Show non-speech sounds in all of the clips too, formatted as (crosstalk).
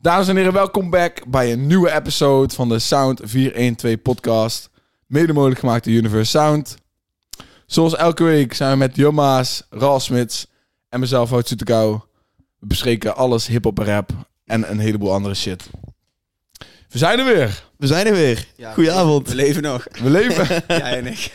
Dames en heren, welkom back bij een nieuwe episode van de Sound 412 podcast. Mede mogelijk gemaakt door Universe Sound. Zoals elke week zijn we met Jomma's, Ralf Smits en mezelf, Hout Soetekou. We bespreken alles hip-hop en rap en een heleboel andere shit. We zijn er weer. We zijn er weer. Ja, Goedenavond. We leven (laughs) nog. We leven, Jij en ik.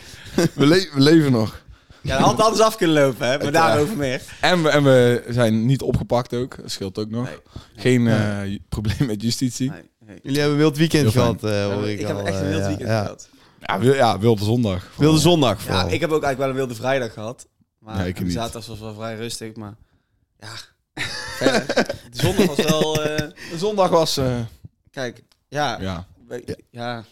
we le- we leven nog. Ja, dat had anders af kunnen lopen, hè? maar Uiteraard. daarover meer. En we, en we zijn niet opgepakt ook. Dat scheelt ook nog. Nee. Geen eh, ju- (laughs) probleem met justitie. Nee, nee. Jullie hebben een wild weekend Heel fijn. gehad, eh, hoor ik, ik heb al, echt een eh, wild ja, weekend ja. gehad. Ja, wil- ja wilde zondag. Wilde zondag Ja, vooral. ik heb ook eigenlijk wel een wilde vrijdag gehad. Maar Nee, ik en niet. zaterdag was wel vrij rustig, maar (laughs) ja. Verder. De zondag was wel. eh, De zondag was... eh, kijk, ja, ja. ja. ja.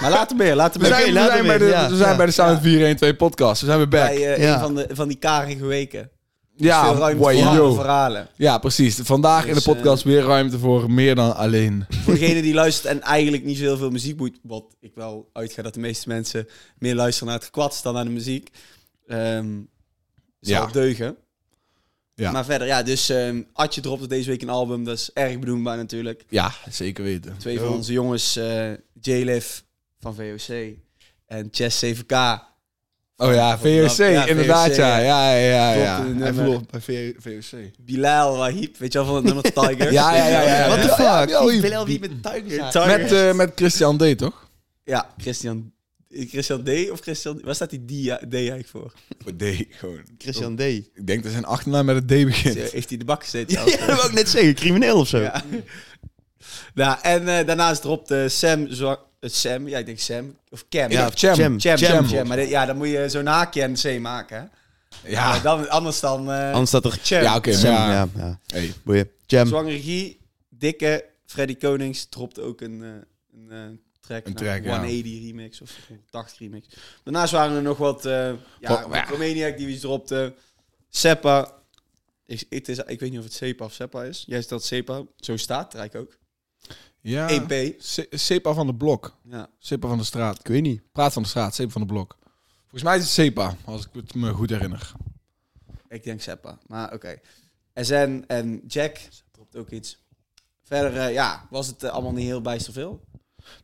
Maar later meer, later meer. We zijn, Oké, we later zijn bij, de, weer. Ja, we zijn ja. bij de Sound 412 podcast. We zijn weer back. Bij eh, Ja. een van, de, van die karige weken. Dus Veel ja, ruimte boy, voor yo. andere verhalen. ja, precies. Vandaag in de Dus, podcast weer ruimte voor meer dan alleen. Voor degene die luistert en eigenlijk niet zo heel veel muziek boeit. Wat ik wel uitga dat de meeste mensen meer luisteren naar het kwats dan naar de muziek. Ehm zal Ja. het deugen. Ja. Maar verder, ja, dus ehm Adje dropte deze week een album. Dat is erg bedoelbaar natuurlijk. Ja, zeker weten. Twee van onze jongens, eh J-Liv van VOC en Chess 7K. Oh ja, VOC, Ja, inderdaad. VOC, ja, ja, ja. ja, Klopt, ja. een Hij nummer. verloor bij V- VOC. Bilal Wahib, weet je wel, (laughs) van het nummer Tiger. Ja, ja, ja, ja, ja. What the fuck? Bilal Wahib met Tiger. Met, eh, met Christian D, toch? ja, Christian, Christian D of Christian... Waar staat die D, D eigenlijk voor? (laughs) D, gewoon. (laughs) Christian D. Ik Ik denk dat zijn achternaam met het D begint. Heeft hij de bak gezeten? ja, dat wou ik net zeggen. Crimineel of zo. Ja. Nou, en eh, daarnaast dropte Sam... Zwa- eh, Sam? Ja, ik denk Sam. Of Cam. Ja, Cam. Cham. Cham. Jam, Jam. jam, jam. Maar dit- ja, dan moet je zo'n haakje en C maken, hè? Ja, Ja, dan, anders dan... eh Anders staat er... jam. ja oké. maar Sam, ja. ja. ja. Hey. Boeien. Jam. Zwangere Guy, dikke Freddy Konings dropt ook een, eh, een eh, track. Een nou, track, ja. 180 remix of 80 remix. Daarnaast waren er nog wat... eh Van- ja, ja. wat Romaniac die iets dropte. Seppa. Ik, het is, ik weet niet of het Sepa of Seppa is. Jij stelt Sepa. Zo staat het eigenlijk ook. Ja. EP. Se- Sepa van de Blok. Ja. Sepa van de Straat. Ik weet niet. Praat van de Straat. Sepa van de Blok. Volgens mij is het Sepa, als ik het me goed herinner. Ik denk Seppa, maar oké. SN en Jack dropt ook iets. Verder, eh, ja, was het eh, allemaal niet heel bijster veel.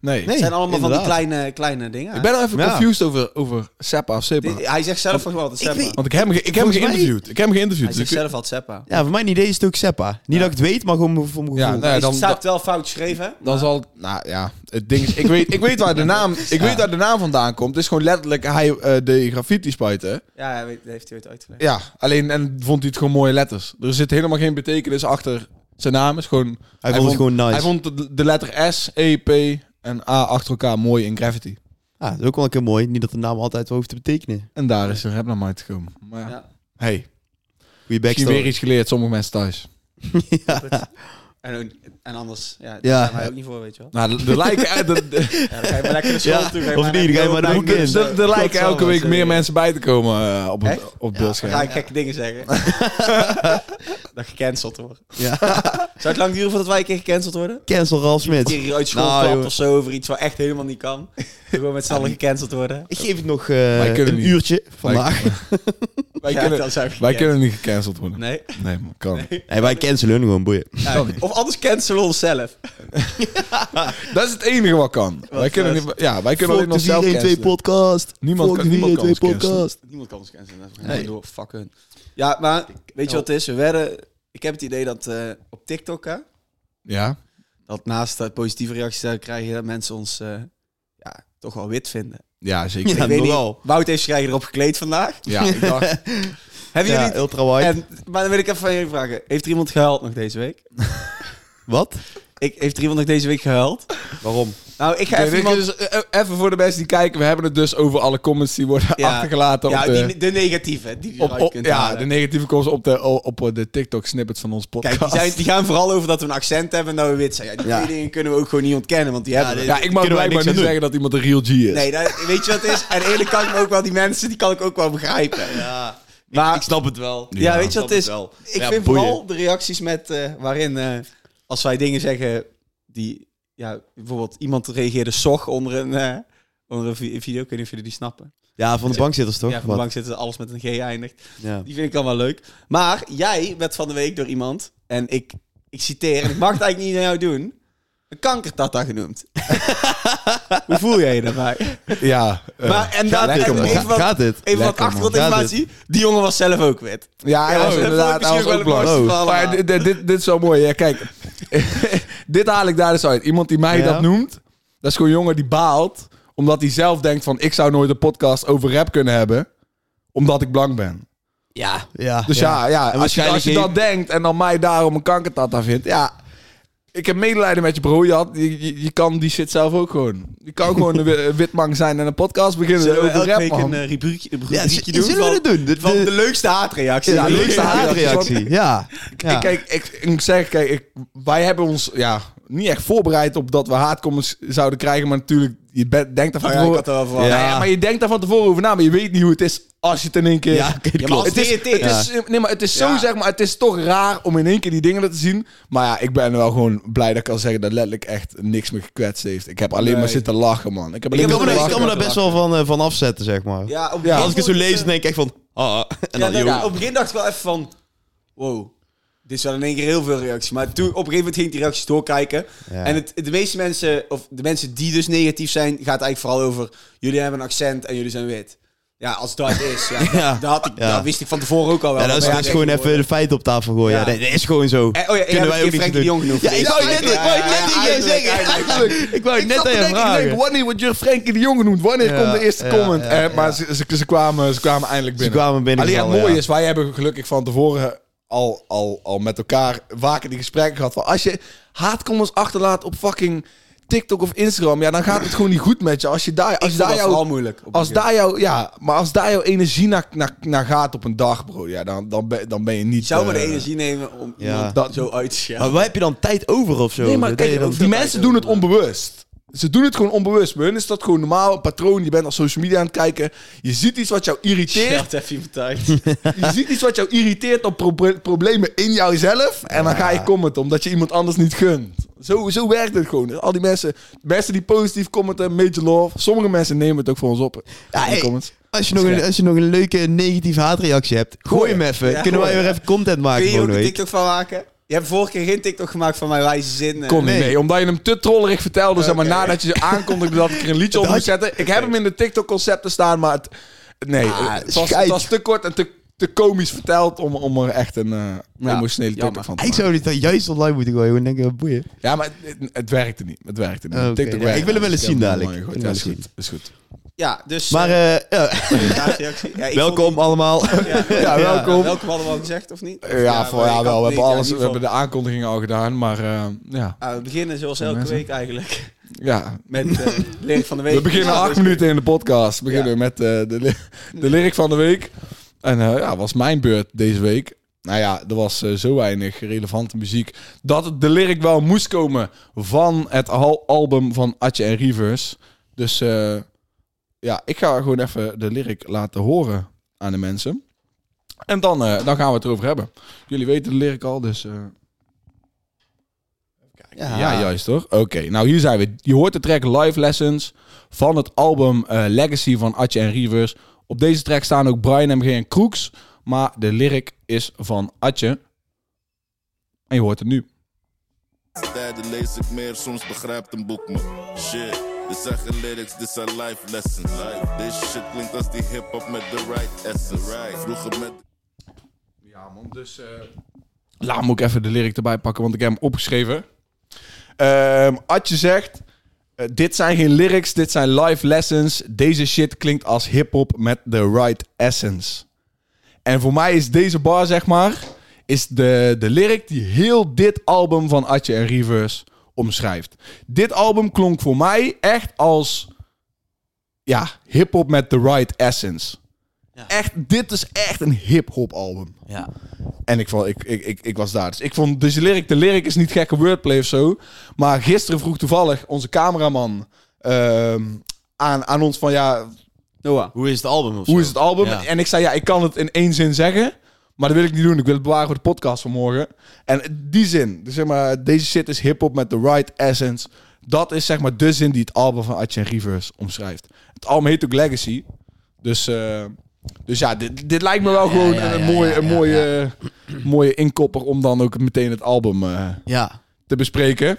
Nee. Nee. Het zijn allemaal van inderdaad. die kleine, kleine dingen. Ik ben al even Ja. confused over, over Seppa of Seppa. Dit- hij zegt zelf van wat Seppa. weet- Want ik heb hem, ge- ik heb hem Volgens mij- geïnterviewd. Ik heb hem geïnterviewd. Hij Dus zegt ik- zelf wat Seppa. Ja, voor mijn idee is het ook Seppa. Niet dat ik het weet, maar gewoon voor mijn ja, gevoel. nou ja, Hij dan, staat dan, wel fout geschreven. dan zal... het- Nou ja, het ding is... Ik weet, ik weet, waar, de (laughs) naam, ik weet waar de naam vandaan komt. Het is gewoon letterlijk hij eh, de graffiti spuiten. Ja, hij weet- dat heeft hij ooit uitgelegd. Ja, alleen en vond hij het gewoon mooie letters. Er zit helemaal geen betekenis achter zijn naam. Het Is gewoon, Hij vond het gewoon nice. Hij vond de, de letter S, E, P en A achter elkaar mooi in graffiti. Ah, dat is ook wel een keer mooi. Niet dat de naam altijd wel hoeft te betekenen. En daar is een rap naar uitgekomen. Maar ja. Ja. hey, Goeie misschien weer backstory. iets geleerd. Sommige mensen thuis. En, ook- en anders, ja, daar Ja. zijn wij ook niet voor, weet je wel. Nou, de- de lijken... eh, de- (laughs) de, Ja, dan ga je maar lekker naar school Ja, toe. ga je of maar niet, lekker dan ga je maar de lopen. hoek in. Dus, Dus er- eh, er lijken zal elke wel week zijn, meer ja. mensen bij te komen eh, op het, Echt? op het Dan beeldscherm. ga je gekke dingen (laughs) zeggen. dat gecanceld wordt. Ja. Zou het lang duren voordat wij een keer gecanceld worden? Cancel Ralf Een Smit. keer uit school Nou, klapt joh. of zo over iets wat echt helemaal niet kan. Gewoon met z'n allen gecanceld worden. Ik geef het nog eh, Wij kunnen een niet. uurtje vandaag. (laughs) Wij, Wij, Ja, kunnen, dan zijn we wij gecanceld. kunnen niet gecanceld worden. Nee, Nee. man, kan. nee, wij cancelen hun gewoon, boeien. Ja, Kan niet. Of anders cancelen we onszelf. Dat is het enige wat kan. wij kunnen vet. niet, ja, wij kunnen alleen nog zelf twee cancelen. podcast. Niemand Volg kan- de niemand kan 412 ons cancelen. podcast. Niemand kan ons cancelen. Nee. Door. Fuck hun. Ja, maar weet je wat het is? We werden, ik heb het idee dat eh, op TikTok, hè, Ja, dat naast dat positieve reacties daar krijgen, dat mensen ons eh, ja, toch wel wit vinden. ja zeker. Ja, ik weet nogal. niet, Wout heeft zich eigenlijk erop gekleed vandaag. Ja, ik dacht, (laughs) Hebben jullie... Ja, ultra wide. en, maar dan wil ik even van jullie vragen. Heeft er iemand gehuild nog deze week? Wat? Ik, heeft er iemand nog deze week gehuild? Waarom? Nou, ik ga Oké, even weet iemand... je, dus, eh, even voor de mensen die kijken. We hebben het dus over alle comments die worden Ja. achtergelaten. Ja, op de, die, de negatieve. Die je op, eruit op- kunt ja, halen. de negatieve comments op de, op de TikTok snippets van ons podcast. Kijk, die, zijn, die gaan vooral over dat we een accent hebben en dat we wit zijn. Ja, die Ja. twee dingen kunnen we ook gewoon niet ontkennen, want die hebben we. ja, ik mag kunnen wij blijkbaar niks aan niet doen. zeggen dat iemand een real G is. Nee, dat, weet je wat het is? En eerlijk kan ik me ook wel, die mensen, die kan ik ook wel begrijpen. Ja, Maar, snap het wel. Ah. ja, weet je wat het is? wel. Ik Ja, vind boeien. vooral de reacties met, eh, waarin, eh, als wij dingen zeggen die, ja, bijvoorbeeld iemand reageerde SOG onder een, eh, onder een vi- video, ik weet niet of jullie die snappen. Ja, van de bankzitters toch? ja, van Wat? lang zitten alles met een G eindigt. Ja. Die vind ik dan wel leuk. Maar jij werd van de week door iemand. En ik ik citeer, en ik mag het eigenlijk niet naar jou doen, een kankertata genoemd. Hoe voel jij je daarbij? Ja, eh, (laughs) maar, en ga dat, lekker, en man. even wat, Gaat dit? even wat Lekker, man. achtergrondinformatie, die jongen was zelf ook wit. ja, hij Ja, was dat inderdaad, vond hij ik was misschien ook wel het blank. mooiste verhaal, Maar maar- dit, dit, dit- dit is wel mooi. Ja, kijk, (laughs) dit haal ik daar dus uit. Iemand die mij Ja. dat noemt, dat is gewoon een jongen die baalt. Omdat hij zelf denkt van, ik zou nooit een podcast over rap kunnen hebben. Omdat ik blank ben. Ja. Ja. Dus ja, ja, als, je, waarschijnlijk als je heeft- dat denkt en dan mij daarom een kankertata vindt, ja. Ik heb medelijden met je bro, Jad. Je, je, je kan die shit zelf ook gewoon. Je kan gewoon een wi- (laughs) witmang zijn en een podcast beginnen Zullen we over elke rap, week man. een eh, rubriekje, een Ja, rubriekje doen? dus zullen we Van, dat doen? De, van de- de leukste haatreactie. ja, de leukste leukste haatreactie. haatreactie. Ja. ja. Ik, kijk, ik, ik zeg, kijk, ik, wij hebben ons ja, niet echt voorbereid op dat we haatcomments zouden krijgen. Maar natuurlijk, je be- denkt daar van Oh ja, ik tevoren... had er wel verwacht. Nou ja, Ja. maar je denkt daar van tevoren over na, maar je weet niet hoe het is als je het in één keer... Ja, oké, Ja, maar als klopt. Het is, DRT. het is, nee, maar het is zo, Ja. zeg maar, het is toch raar om in één keer die dingen te zien. Maar ja, ik ben wel gewoon blij dat ik kan zeggen dat letterlijk echt niks me gekwetst heeft. Ik heb alleen Nee. maar zitten lachen, man. Ik heb alleen Ik kan me, maar daar- ik zitten kan me daar lachen. best wel van, eh, van afzetten, zeg maar. Ja, op Ja, Als ik het zo lees, dan nee. denk ik echt van... Ah, en dan, ja, joh. Op het begin dacht ik wel even van... Wow, dit is wel in één keer heel veel reacties. Maar toen, op een gegeven moment ging ik die reacties doorkijken. Ja. En het, de meeste mensen, of de mensen die dus negatief zijn... gaat eigenlijk vooral over... jullie hebben een accent en jullie zijn wit. Ja, als dat is. Ja, (laughs) Ja. Dat, dat had ik, Ja. dat wist ik van tevoren ook al wel. Ja, dat is, Maar is ja, gewoon kijk, even de feiten op tafel gooien. Ja. Ja. dat is gewoon zo. Eh, oh ja, Kunnen wij ook niks Frank de doen. Jong genoemd. Ja, ik wou net, ik wou net Ja, tegen jou eigenlijk, zeggen. eigenlijk. Ik wou Ik net zat te tegen jou denken, ik denk, vragen. wanneer wordt je Frenkie de Jong genoemd? Wanneer Ja, komt de eerste ja, comment? ja, Eh, maar ze, ze, ze kwamen, ze kwamen eindelijk Ze binnen. kwamen binnen. Alleen het gevallen, mooie ja. is, wij hebben gelukkig van tevoren al, al, al met elkaar vaker die gesprekken gehad. Van als je haatcomments achterlaat op fucking TikTok of Instagram, ja, dan gaat het gewoon niet goed met je. Als je daar, als Ik vond daar dat jouw vooral moeilijk. op als het begin. daar jou, ja, maar als daar jouw energie naar, naar, naar gaat op een dag, bro, ja, dan, dan, ben, dan ben je niet. Je zou maar de eh, energie nemen om Ja. iemand Dat- zo uit te schelden. Maar waar heb je dan tijd over of zo? Nee, maar Dat kijk, je dan- die mensen doen het onbewust. Ze doen het gewoon onbewust. Bij hun is dat gewoon normaal een patroon. Je bent op social media aan het kijken. Je ziet iets wat jou (laughs) irriteert. Geld even (laughs) iemand uit. Je ziet iets wat jou irriteert op pro- problemen in jouzelf. En dan ga je commenten omdat je iemand anders niet gunt. Zo, zo werkt het gewoon. Al die mensen, mensen die positief commenten, major love. Sommige mensen nemen het ook voor ons op. in Ja, de hey, comments. Als je, nog een, als je nog een leuke negatieve haatreactie hebt, gooi hem even. Ja, Kunnen wij gooi. weer even content maken Kun je gewoon, ook een weet TikTok van maken? Je hebt vorige keer geen TikTok gemaakt van mijn wijze zin. eh. Kon niet Nee. mee, omdat je hem te trollerig vertelde. Zeg maar Oké. nadat je ze aankondigde dat ik er een liedje op (laughs) Dat moest je- zetten. Ik heb hem in de TikTok-concepten staan, maar het, nee, Ah, het, was, schijt. het was te kort en te, te komisch verteld om, om er echt een eh, Ja, emotionele TikTok jammer. van te Ik maken. zou dit dan juist online moeten gooien. gewoon denken, wat oh, boeien. Ja, maar het, het werkte niet. Het werkte niet. Oh, oké. TikTok Ja, werkte ik wil hem wel niet. eens zien heb hem dadelijk. online Ik gegooid. Ja, wil is hem goed. Is goed. Ja, dus... Maar eh, eh, ja, reactie. Ja, ik welkom vond allemaal. die- ja, (laughs) Ja, welkom. welkom allemaal gezegd, of niet? Ja, voor, maar ja ik wel. had We niet- hebben, alles, ja, in we ieder geval- hebben de aankondigingen al gedaan, maar eh, ja. Ah, we beginnen zoals elke mensen. week eigenlijk. (laughs) ja. Met eh leer van de week. We beginnen Ja, acht dus- minuten in de podcast. We beginnen met eh, de, li- (laughs) de lyric van de week. En eh, ja, was mijn beurt deze week. Nou ja, er was eh, zo weinig relevante muziek. Dat het de lyric wel moest komen van het al- album van Atje en Rivers. Dus eh, ja, ik ga gewoon even de lyric laten horen aan de mensen. En dan, eh, dan gaan we het erover hebben. Jullie weten de lyric al, dus... eh, ja. juist toch? Oké, nou hier zijn we. Je hoort de track Live Lessons van het album eh, Legacy van Atje en Rivers. Op deze track staan ook Brian MG en Crooks, maar de lyric is van Atje. En je hoort het nu. Tijden lees ik meer, soms begrijpt een boek me. Shit, dit zijn geen lyrics, dit zijn life lessons. Deze shit klinkt als die hip-hop met de right essence. Vroeger met. Ja man, dus... Laat me ook even de lyric erbij pakken, want ik heb hem opgeschreven. Ehm, Atje zegt... eh, dit zijn geen lyrics, dit zijn live lessons. Deze shit klinkt als hip-hop met the right essence. En voor mij is deze bar, zeg maar, is de, de lyric die heel dit album van Atje en Rivers omschrijft. Dit album klonk voor mij echt als ja, hip-hop met the right essence. Echt, dit is echt een hip-hop album. Ja. En ik, vond, ik, ik, ik, ik was daar. Dus ik vond dus de lyric, de lyric is niet gekke wordplay of zo. Maar gisteren vroeg toevallig onze cameraman ehm, aan, aan ons van ja, Noah. Hoe is het album of hoe is het album? Ja. En ik zei ja, ik kan het in één zin zeggen. Maar dat wil ik niet doen. Ik wil het bewaren voor de podcast van morgen. En die zin, dus zeg maar, deze shit is hip-hop met the right essence. Dat is zeg maar de zin die het album van Atje en Rivers omschrijft. Het album heet ook Legacy. Dus eh, Dus ja, dit, dit lijkt me wel Ja, gewoon ja, ja, een, ja, mooie, ja, een ja. mooie, (clears throat) mooie inkopper om dan ook meteen het album eh, Ja. te bespreken.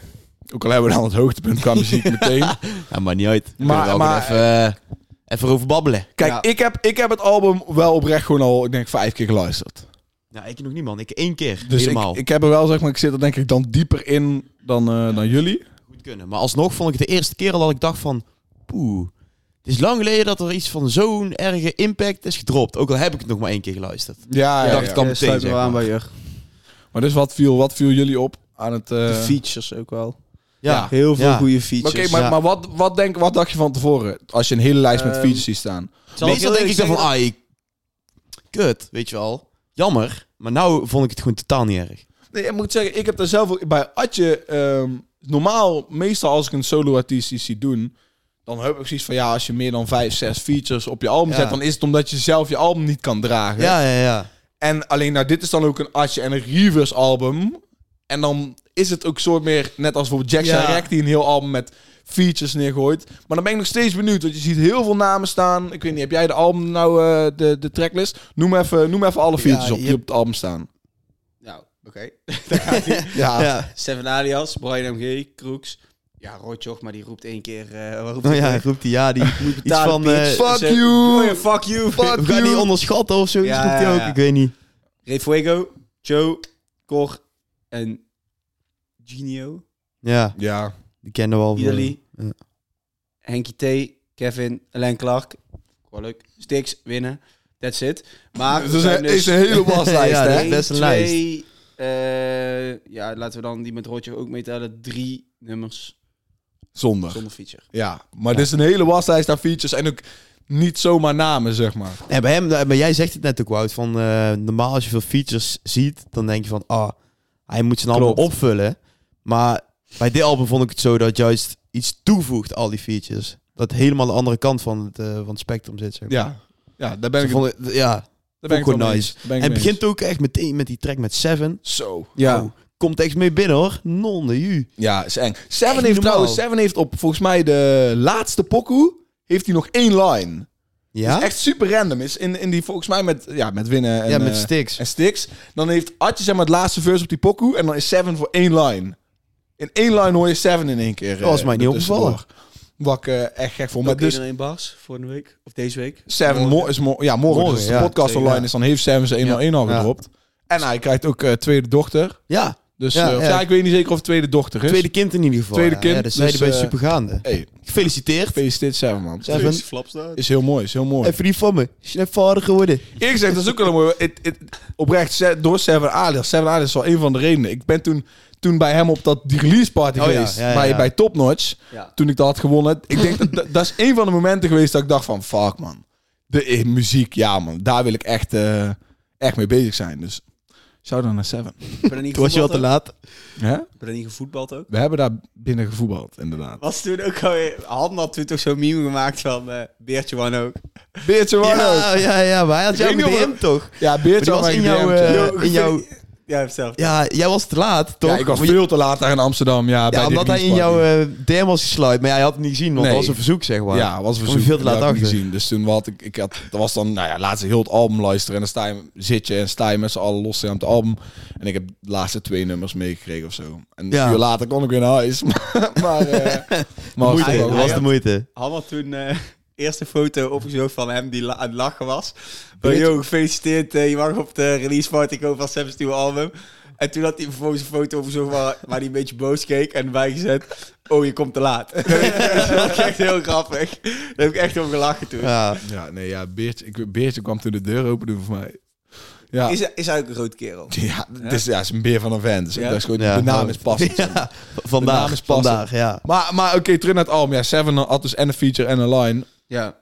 Ook al hebben we dan het hoogtepunt qua (laughs) muziek meteen. ja, maar niet uit. Maar- Maar, maar- even, eh, even over babbelen. Kijk, Ja. ik, heb, ik heb het album wel oprecht gewoon al, ik denk, vijf keer geluisterd. Nou, Ja, ik nog niet, man. Ik één keer. Dus ik, helemaal. ik heb er wel, zeg maar, ik zit er denk ik dan dieper in dan, eh, dan jullie. goed kunnen. Maar alsnog vond ik het de eerste keer al dat ik dacht van... Poeh, het is lang geleden dat er iets van zo'n erge impact is gedropt. Ook al heb ik het nog maar één keer geluisterd. Ja, ja, dacht ja. kan meteen, sluit me zeg wel aan maar. bij Jur. Maar dus wat viel, wat viel jullie op aan het... eh, De features ook wel. Ja, Heel veel ja. goede Oké, features. maar, ja. maar wat, wat, denk, wat dacht je van tevoren? Als je een hele lijst met Ehm, features ziet staan. Zal ik Meestal heel denk ik dan van, eerlijk ah, ik- kut, weet je wel. Jammer, maar nou vond ik het gewoon totaal niet erg. Nee, ik moet zeggen, ik heb daar zelf ook bij Atje... ehm, normaal, meestal als ik een solo-artiest iets zie doen... Dan heb ik zoiets van, ja, als je meer dan vijf, zes features op je album Ja. zet... dan is het omdat je zelf je album niet kan dragen. Ja, ja, ja. En alleen, nou, dit is dan ook een Atje en een Reverse album. En dan is het ook soort meer, net als bijvoorbeeld Jackson Ja. Rack, die een heel album met features neergooit. Maar dan ben ik nog steeds benieuwd, want je ziet heel veel namen staan. Ik weet niet, heb jij de album nou, eh, de, de tracklist? Noem even, noem even alle features Ja, op die je- op het album staan. Nou, oké. (laughs) Daar gaat hij. Ja, (laughs) ja. Steven Alias, Brian MG, Kroeks. Ja, Rotjoch, maar die roept één keer... eh wat roept Oh Nou hij ja, terug? roept hij, (laughs) ja, die moet iets Betalen, van... Piet. eh, fuck Dus, eh, you. doe je Fuck you. Fuck. we gaan you. niet onderschatten of zoiets, Ja, roept hij ook, ja. ik weet niet. Ray Fuego, Joe, Cor en Genio. Ja, ja. die kennen we al. van- Idali. eh, Ja. Henky T, Kevin, Alain Clark. Wel leuk. Stix, winnen. That's it. (laughs) Maar Dus Het we is zijn dus een, is een hele waslijst, dus- (laughs) Ja, hè? dat best een twee, eh, ja, laten we dan die met Rotjoch ook meetellen. Drie nummers Zondag. zonder feature. Ja, maar dit is een hele waslijst aan features en ook niet zomaar namen, zeg maar. En bij hem, maar jij zegt het net ook, Wout, van eh, normaal als je veel features ziet, dan denk je van, ah, hij moet zijn album Klopt. opvullen. Maar bij dit album vond ik het zo dat juist iets toevoegt, al die features. Dat helemaal de andere kant van het, eh, van het spectrum zit, zeg maar. Ja, ja daar ben Dus ik, vond ik- ja. daar ben ik ook wel wel mee nice. eens. Daar ben ik En het mee begint ook echt meteen met die track met Seven. eens. Zo. Ja. Oh, komt echt mee binnen, hoor. Nonne, u. Ja, is eng. Seven Echt heeft normaal. trouwens, Seven heeft op volgens mij de laatste pokoe, heeft hij nog één line. Ja? Is echt super random. Is in, in die volgens mij met, ja, met winnen en, ja, met eh, Sticks. en sticks. Dan heeft Adje zeg maar het laatste verse op die pokoe en dan is Seven voor één line. In één line hoor je Seven in één keer. Dat was eh, mij niet ertussendoor. opgevallen. Wat ik eh, echt gek vond. Ook Maar dus één bars voor een week. Of deze week. Seven Morgen. mo- is mo- ja, morgen, Morgen, dus als ja, de podcast zeker, online ja. is, dan heeft Seven zijn 1 1 al Ja. gedropt. En hij krijgt ook eh, tweede dochter. Ja, Dus Ja, eh, of ja. ja, ik weet niet zeker of het tweede dochter is. tweede kind in ieder geval. Dus? Tweede ja. kind, Ja, dat zei dus, hij bij eh, Supergaande. Hey, Gefeliciteerd. gefeliciteerd Seven, man. Seven. Flaps daar. Is heel mooi, is heel mooi. Even die van me. Is je net vader geworden? Eerlijk gezegd, dat is ook wel een mooie. Het- het- oprecht, se- door Seven Alias. Seven Alias is wel een van de redenen. Ik ben toen, toen bij hem op dat die release party Oh ja, geweest. ja, ja, bij, ja. bij Top Notch. Ja. Toen ik dat had gewonnen. Ik denk dat, dat, dat is een van de momenten geweest dat ik dacht van... Fuck man, de eh, muziek, ja man. Daar wil ik echt, eh, echt mee bezig zijn. Dus zou dan naar Seven. Ben er niet Toen was je al te gevoetbald ook? laat. Hè? Ben er niet gevoetbald ook? We hebben daar binnen gevoetbald, inderdaad. Was toen ook alweer... Han had toen toch zo'n meme gemaakt van eh, Beertje Wan ook. Beertje Warno. Ja, Ja, ja, ja, maar hij had Ik jou weet niet DM toch? Beertje Maar was die in was in jouw... jouw, eh, ja, Yo, in jouw- Ja, zelf. Ja, jij was te laat, toch? ik was Maar je- veel te laat daar in Amsterdam. Ja, bij ja, die omdat hij in release party. jouw eh, DM was gesluit, maar jij had het niet gezien, want Nee. dat was een verzoek, zeg maar. Ja, was een Kom je verzoek. veel te Dat laat had ik niet achter. gezien. Dus toen had ik, ik had, dat was dan, nou ja, laatst heel het album luisteren. En dan sta je, zit je en sta je met z'n allen los aan het album. En ik heb de laatste twee nummers meegekregen of zo. En Ja. een uur later kon ik weer naar huis. (laughs) maar, maar, (laughs) eh, maar was moeite, toch hij- wel- dat hij was de moeite. Han had toen eh (laughs) eerste foto opgezocht van hem die la- aan het lachen was. Van, Weet- yo, gefeliciteerd, eh, je mag op de release party komen van Sam's nieuwe album. En toen had hij vervolgens een foto opgezocht waar, waar hij een beetje boos keek en bijgezet, oh, je komt te laat. (laughs) dat was echt heel grappig. Daar heb ik echt om gelachen toen. Ja, Ja, nee, ja, Beertje, ik, Beertje kwam toen de deur open doen voor mij. Ja. Is, is hij ook een groot kerel? (laughs) ja, het is, ja, het is een beer van een vent. Dus ik Ja. dacht gewoon, Ja, de naam gewoon. is passend. (laughs) Ja, vandaag, naam is passend. vandaag, ja. Maar, maar oké, terug naar het album. Ja, Seven had dus en een feature en een line. Ja.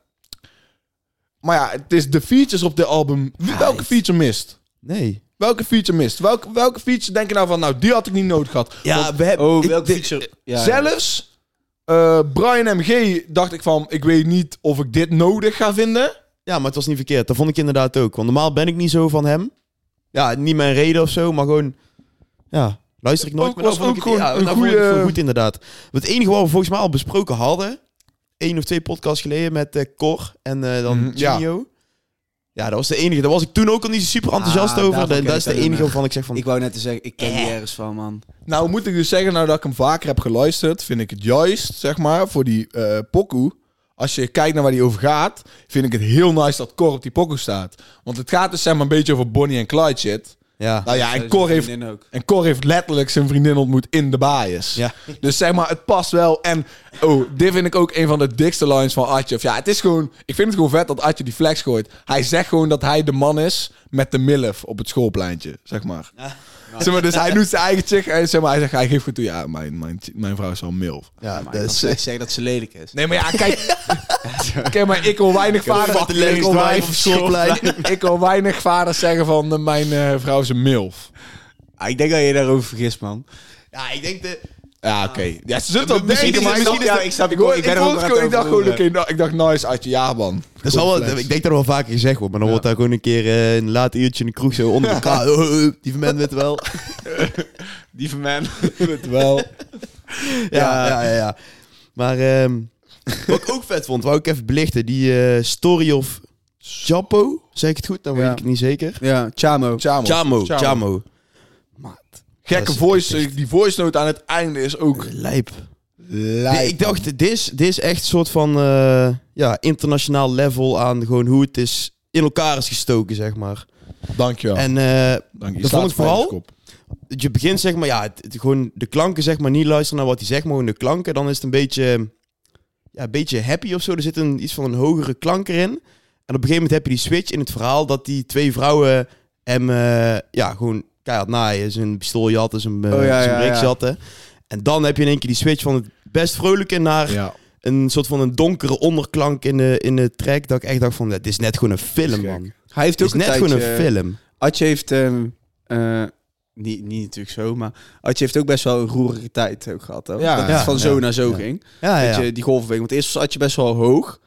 Maar ja, het is de features op dit album. Welke feature mist? Nee. Welke feature mist? Welke, welke feature denk je nou van, nou, die had ik niet nodig gehad? Ja, Want we hebben... Oh, ik- welk de- feature? Ja, zelfs eh, Brian MG dacht ik van, ik weet niet of ik dit nodig ga vinden. Ja, maar het was niet verkeerd. Dat vond ik inderdaad ook. Want normaal ben ik niet zo van hem. Ja, niet mijn reden of zo, maar gewoon... Ja, luister ik nooit Ook meer. Nou was vond ik ook het- gewoon ja, een nou vond ik het goeie- gewoon goed inderdaad. Het enige wat we volgens mij al besproken hadden... één of twee podcasts geleden met eh Cor en eh, dan Mhm, ja. Genio. Ja. Ja, dat was de enige. Daar was ik toen ook al niet zo super enthousiast Ah, over. daarvan En ken dat ik is dat de enige nummer. waarvan ik zeg van... Ik wou net te zeggen, ik ken die ergens van, man. Nou moet ik dus zeggen, nou dat ik hem vaker heb geluisterd, vind ik het juist, zeg maar, voor die eh pokoe. Als je kijkt naar waar die over gaat, vind ik het heel nice dat Cor op die pokoe staat. Want het gaat dus zeg maar een beetje over Bonnie en Clyde shit. ja. Nou ja, Dat en is Cor mijn heeft, vriendin ook. en Cor heeft letterlijk zijn vriendin ontmoet in de bias. Ja. Dus zeg maar, het past wel. En oh, dit vind ik ook een van de dikste lines van Atje. Of ja, het is gewoon, ik vind het gewoon vet dat Atje die flex gooit. Hij zegt gewoon dat hij de man is met de milf op het schoolpleintje, zeg maar. (laughs) Zeg maar dus hij doet zijn eigen chick en zeg maar, hij, zegt, hij geeft goed toe, ja, mijn, mijn, mijn vrouw is wel milf. ja, Maar dat is- ze echt zeggen dat ze lelijk is. Nee, maar ja, kijk. Oké, maar ik hoor weinig vaders... fuck de lelijkste ik hoor wijf weinig- op schoolplein. (laughs) Ik hoor weinig vaders zeggen van, eh, mijn eh, vrouw is een milf. Ah, ik denk dat je daarover vergist, man. ja, ik denk de... Ja, oké. Ja, ze zullen toch Misschien denken, is- maar ik misschien dacht- is dat- ik snap- ik hoor- ik ik ben er vond ook het gewoon, ik aan het dacht gewoon, overdoen, oké, nou, ik dacht, nice, Atje, ja, man. Dat is al wel, ik Flex. denk dat er wel vaker gezegd wordt, maar dan wordt daar gewoon een keer eh, een laat uurtje in de kroeg (laughs) zo onder elkaar. "Oh, oh, oh, die vermen weet wel. Die van man. wel. ja, ja, ja, ja. Maar ehm, (laughs) wat ik ook vet vond, wou ik even belichten. Die eh, Story of Chapo, zeg ik het goed? Dan weet Ja. ik het niet zeker. Ja, Chamo. Chamo. Chamo, Chamo. Dat Gekke is voice, die voice note aan het einde is ook... Lijp. Lijp, ik dacht, dit is, dit is echt een soort van eh, ja, internationaal level aan gewoon hoe het is in elkaar is gestoken, zeg maar. Dankjewel. En eh, Dank je. dat Slaat vond ik voor vooral- je kop. je begint zeg maar, ja, het, het- gewoon de klanken zeg maar, niet luisteren naar wat hij zegt, maar gewoon de klanken. Dan is het een beetje, ja, een beetje happy of zo. Er zit een, iets van een hogere klank erin. En op een gegeven moment heb je die switch in het verhaal dat die twee vrouwen hem, eh, ja, gewoon keihard naaien. Zijn pistool jatten, zijn, eh, Oh, ja, zijn ja, breeks ja. jatten. En dan heb je in één keer die switch van het best vrolijke naar Ja. een soort van een donkere onderklank in de, in de track. Dat ik echt dacht van, dit is net gewoon een film, man. Hij heeft Het ook is een net gewoon tijdje- een film. Atje heeft... ehm, eh, niet, niet natuurlijk zo, maar Atje heeft ook best wel een roerige tijd ook gehad. Hoor. Ja. dat het Ja, van zo ja, naar zo ja. ging. Ja, Weet ja. je, die golfbeweging. Want eerst was Atje best wel hoog.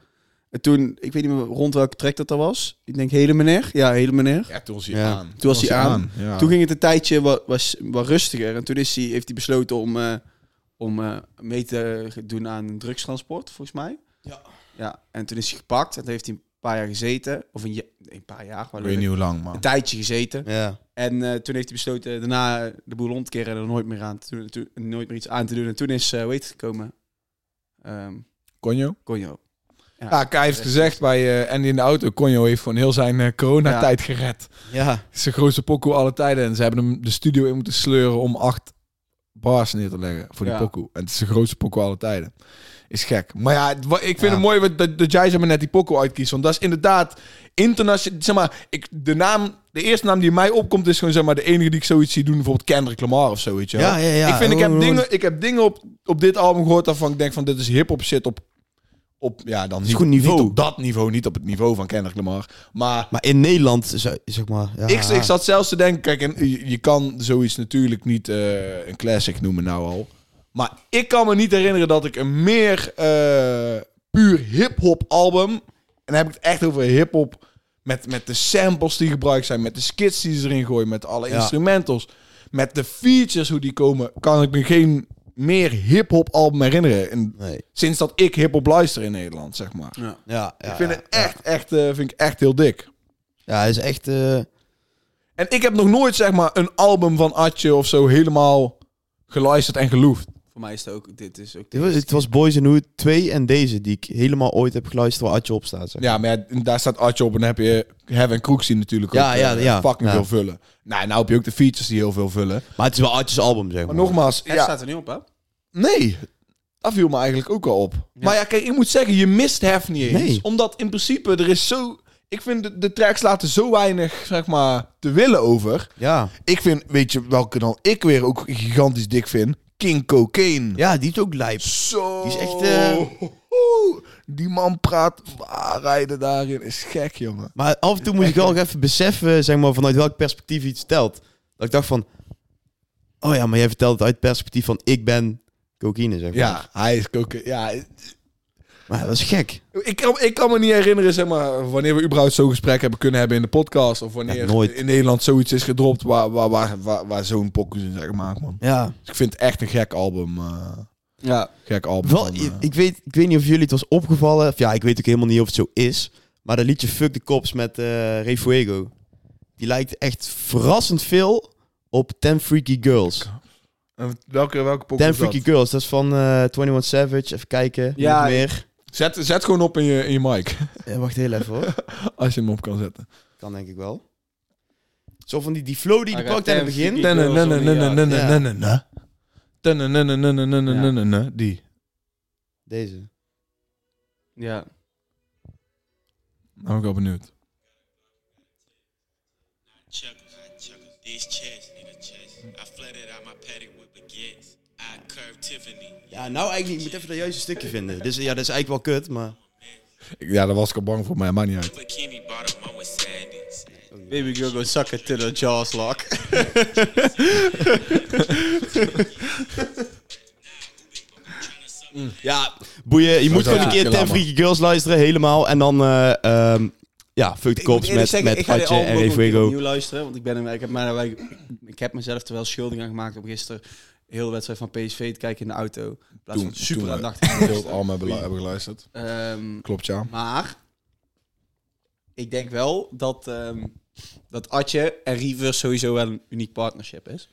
En toen, ik weet niet meer rond welke trek dat dat was. Ik denk hele meneer. Ja, hele meneer. Ja, toen was Ja. aan. Toen was hij aan. Ja. Toen ging het een tijdje wat, was, wat rustiger. En toen is hij, heeft hij besloten om, eh, om eh, mee te doen aan drugstransport, volgens mij. Ja. ja. En toen is hij gepakt. En toen heeft hij een paar jaar gezeten. Of een, ja- nee, een paar jaar. Ik waar weet niet hoe lang, man. Een tijdje gezeten. ja. En eh, toen heeft hij besloten daarna eh, de boel rond te keren en er nooit meer, aan te doen, to- nooit meer iets aan te doen. En toen is, eh hoe heet het gekomen? Ehm Conjo? Conjo. Ja, hij heeft gezegd bij eh, Andy in de auto, Conjo heeft gewoon heel zijn eh, coronatijd gered. ja. Het is de grootste pokoe alle tijden. En ze hebben hem de studio in moeten sleuren om acht bars neer te leggen voor die Ja. pokoe. En het is de grootste pokoe alle tijden. Is gek. Maar ja, het wa- ik vind Ja. het mooi wat- dat, dat jij zeg maar net die pokoe uitkiest. Want dat is inderdaad internationaal... Zeg maar, ik, de, naam, de eerste naam die mij opkomt is gewoon zeg maar, de enige die ik zoiets zie doen. Bijvoorbeeld Kendrick Lamar of zoiets. Ja, ja, ja. Ik, vind, ik Gewoon- heb dingen, ik heb dingen op, op dit album gehoord waarvan ik denk van dit is hip-hop shit op... Op, ja, dan niet, goed niveau. niet op dat niveau, niet op het niveau van Kendrick Lamar. Maar Maar in Nederland, zo- zeg maar... Ja, ik, ik zat zelfs te denken, kijk, en je, je kan zoiets natuurlijk niet eh, een classic noemen nou al. Maar ik kan me niet herinneren dat ik een meer eh, puur hip-hop album. En dan heb ik het echt over hip-hop. Met, met de samples die gebruikt zijn, met de skits die ze erin gooien, met alle Ja. instrumentals. Met de features hoe die komen, kan ik me geen meer hip-hop album herinneren. En Nee. sinds dat ik hip-hop luister in Nederland, zeg maar. Ja, ja, ik vind ja. het echt, echt, eh, vind ik echt heel dik. Ja, hij is echt... eh, En ik heb nog nooit, zeg maar, een album van Atje of zo helemaal geluisterd en geloofd. Voor mij is het ook, dit is ook... de dit was, eerste het was Boys in Hood 2 en deze, die ik helemaal ooit heb geluisterd waar Adje op staat. Zeg. Ja, maar ja, daar staat Atje op en dan heb je Heaven Crook zien natuurlijk Ja, ook, eh, ja, ja. fucking Ja. veel vullen. Nou, nou heb je ook de features die heel veel vullen. Maar het is wel Adjes album, zeg maar. Maar nogmaals, keer. Hij ja, staat er niet op, hè? nee, dat viel me eigenlijk ook al op. Maar ja, kijk, ik moet zeggen, je mist Hef niet eens. Nee. Omdat in principe er is zo... Ik vind de, de tracks laten zo weinig, zeg maar, te willen over. Ja. Ik vind, weet je welke dan ik weer ook gigantisch dik vind? King Cocaine. ja, die is ook lijp. Zo. Die is echt, eh, Oeh, die man praat waarheden daarin. Is gek, jongen. Maar af en toe moest ik wel even beseffen, zeg maar, vanuit welk perspectief je iets vertelt. Dat ik dacht van... Oh ja, maar jij vertelt het uit het perspectief van ik ben cocaïne, zeg maar. Ja, hij is ook. Ja, Maar dat is gek. ik kan, ik kan me niet herinneren, zeg maar, wanneer we überhaupt zo'n gesprek hebben kunnen hebben in de podcast. Of wanneer Ja, nooit. in Nederland zoiets is gedropt waar, waar, waar, waar, waar zo'n pokus in zijn gemaakt, man. Ja. Dus ik vind het echt een gek album. eh, Ja. gek album. Wel, van, eh, ik, ik weet, ik weet niet of jullie het was opgevallen. Of ja, ik weet ook helemaal niet of het zo is. Maar dat liedje Fuck the Cops met eh Ray Fuego, die lijkt echt verrassend veel op Ten Freaky Girls. En welke, welke pokken Ten is dat? Freaky Girls, dat is van eh 21 Savage. Even kijken, Ja, ja, meer. Zet, zet gewoon op in je, in je mic. Eh, wacht heel even hoor. Als je hem op kan zetten. (laughs) Kan denk ik wel. Zo van die, die flow die Hij hij gaat pakt aan het Ten begin. Freaky- wil zo'n ja. Nanananananananana. Tanananananananana. Die. Deze. Ja. Nou ben ik wel benieuwd. Chuck, I chuck these chests, nigga, chests. I flooded out my paddock with baguettes. I curved Tiffany. Ja, nou eigenlijk, ik moet even dat juiste stukje vinden. Dus ja, dat is eigenlijk wel kut, maar... Ik- Ja, daar was ik al bang voor, maar ja, maakt niet uit. Bikini bottom, I'm with Sandy's. Baby girl go suck it to the jaws lock. Mm. Ja, boeien. Je moet gewoon een ja. keer Ten Freaky Girls luisteren, helemaal. En dan, eh ehm ja, Fuck the Ik moet Cops eerlijk met, zeggen, met ik ga die Atje album en ook nog Ray een keer Fuego. opnieuw luisteren, want ik, ben, hem- ik, heb, maar, ik, ik heb mezelf terwijl schuldig aan gemaakt om gisteren heel de wedstrijd van PSV te kijken in de auto. In plaats van Toen, super toen aandachtig te we heel het luisteren. allemaal hebben lu- hebben geluisterd. Ehm, Klopt, ja. Maar ik denk wel dat, ehm, dat Atje en Rivers sowieso wel een uniek partnership is.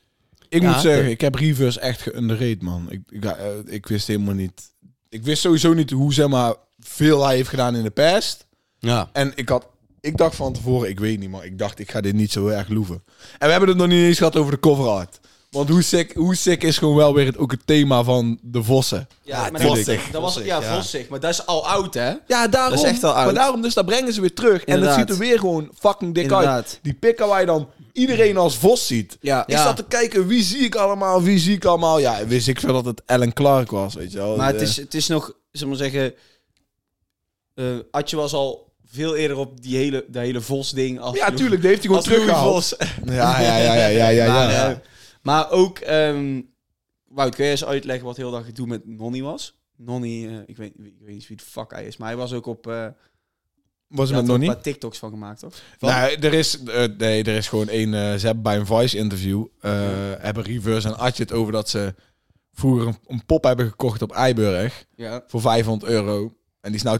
Ik Ja. moet zeggen, ik heb Reverse echt geunderrated, man. Ik, ik, eh, ik wist helemaal niet... Ik wist sowieso niet hoe, zeg maar, veel hij heeft gedaan in de past. Ja. En ik had... Ik dacht van tevoren, ik weet niet, maar ik dacht, ik ga dit niet zo erg loeven. En we hebben het nog niet eens gehad over de cover art. Want hoe sick, hoe sick is gewoon wel weer het, ook het thema van de vossen. Ja, maar tuurlijk. dat, dat was, ja, ja. vossig. Maar dat is al oud, hè? Ja, daarom. Dat is echt al oud. Maar daarom, dus dat brengen ze weer terug. Inderdaad. En dat ziet er weer gewoon fucking dik Inderdaad. uit. Die pikken waar je dan iedereen als vos ziet. Ja. Ik zat te kijken, wie zie ik allemaal, wie zie ik allemaal. Ja, wist ik veel dat het Alan Clark was, weet je wel. Maar het Eh, is, het is nog, zeg maar zeggen... eh, Atje was al veel eerder op die hele, dat hele Vos-ding. als Ja, Louis- tuurlijk, die heeft hij Als gewoon teruggehaald. Louis Vos. Ja, ja, ja, ja, ja, ja. maar, ja. eh, maar ook... ehm Wout, kun jij eens uitleggen wat heel dat gedoe met Nonny was? Nonny, eh, ik, weet, ik weet niet wie de fuck hij is, maar hij was ook op... eh, hij was had het met er Nonnie? een paar TikToks van gemaakt, toch? Nou, er is, eh, nee, er is gewoon één. eh, ze hebben bij een Vice-interview eh, hebben Reverse en Atje het over dat ze vroeger een, een pop hebben gekocht op Eiburg Ja. voor 500 euro. En die is nou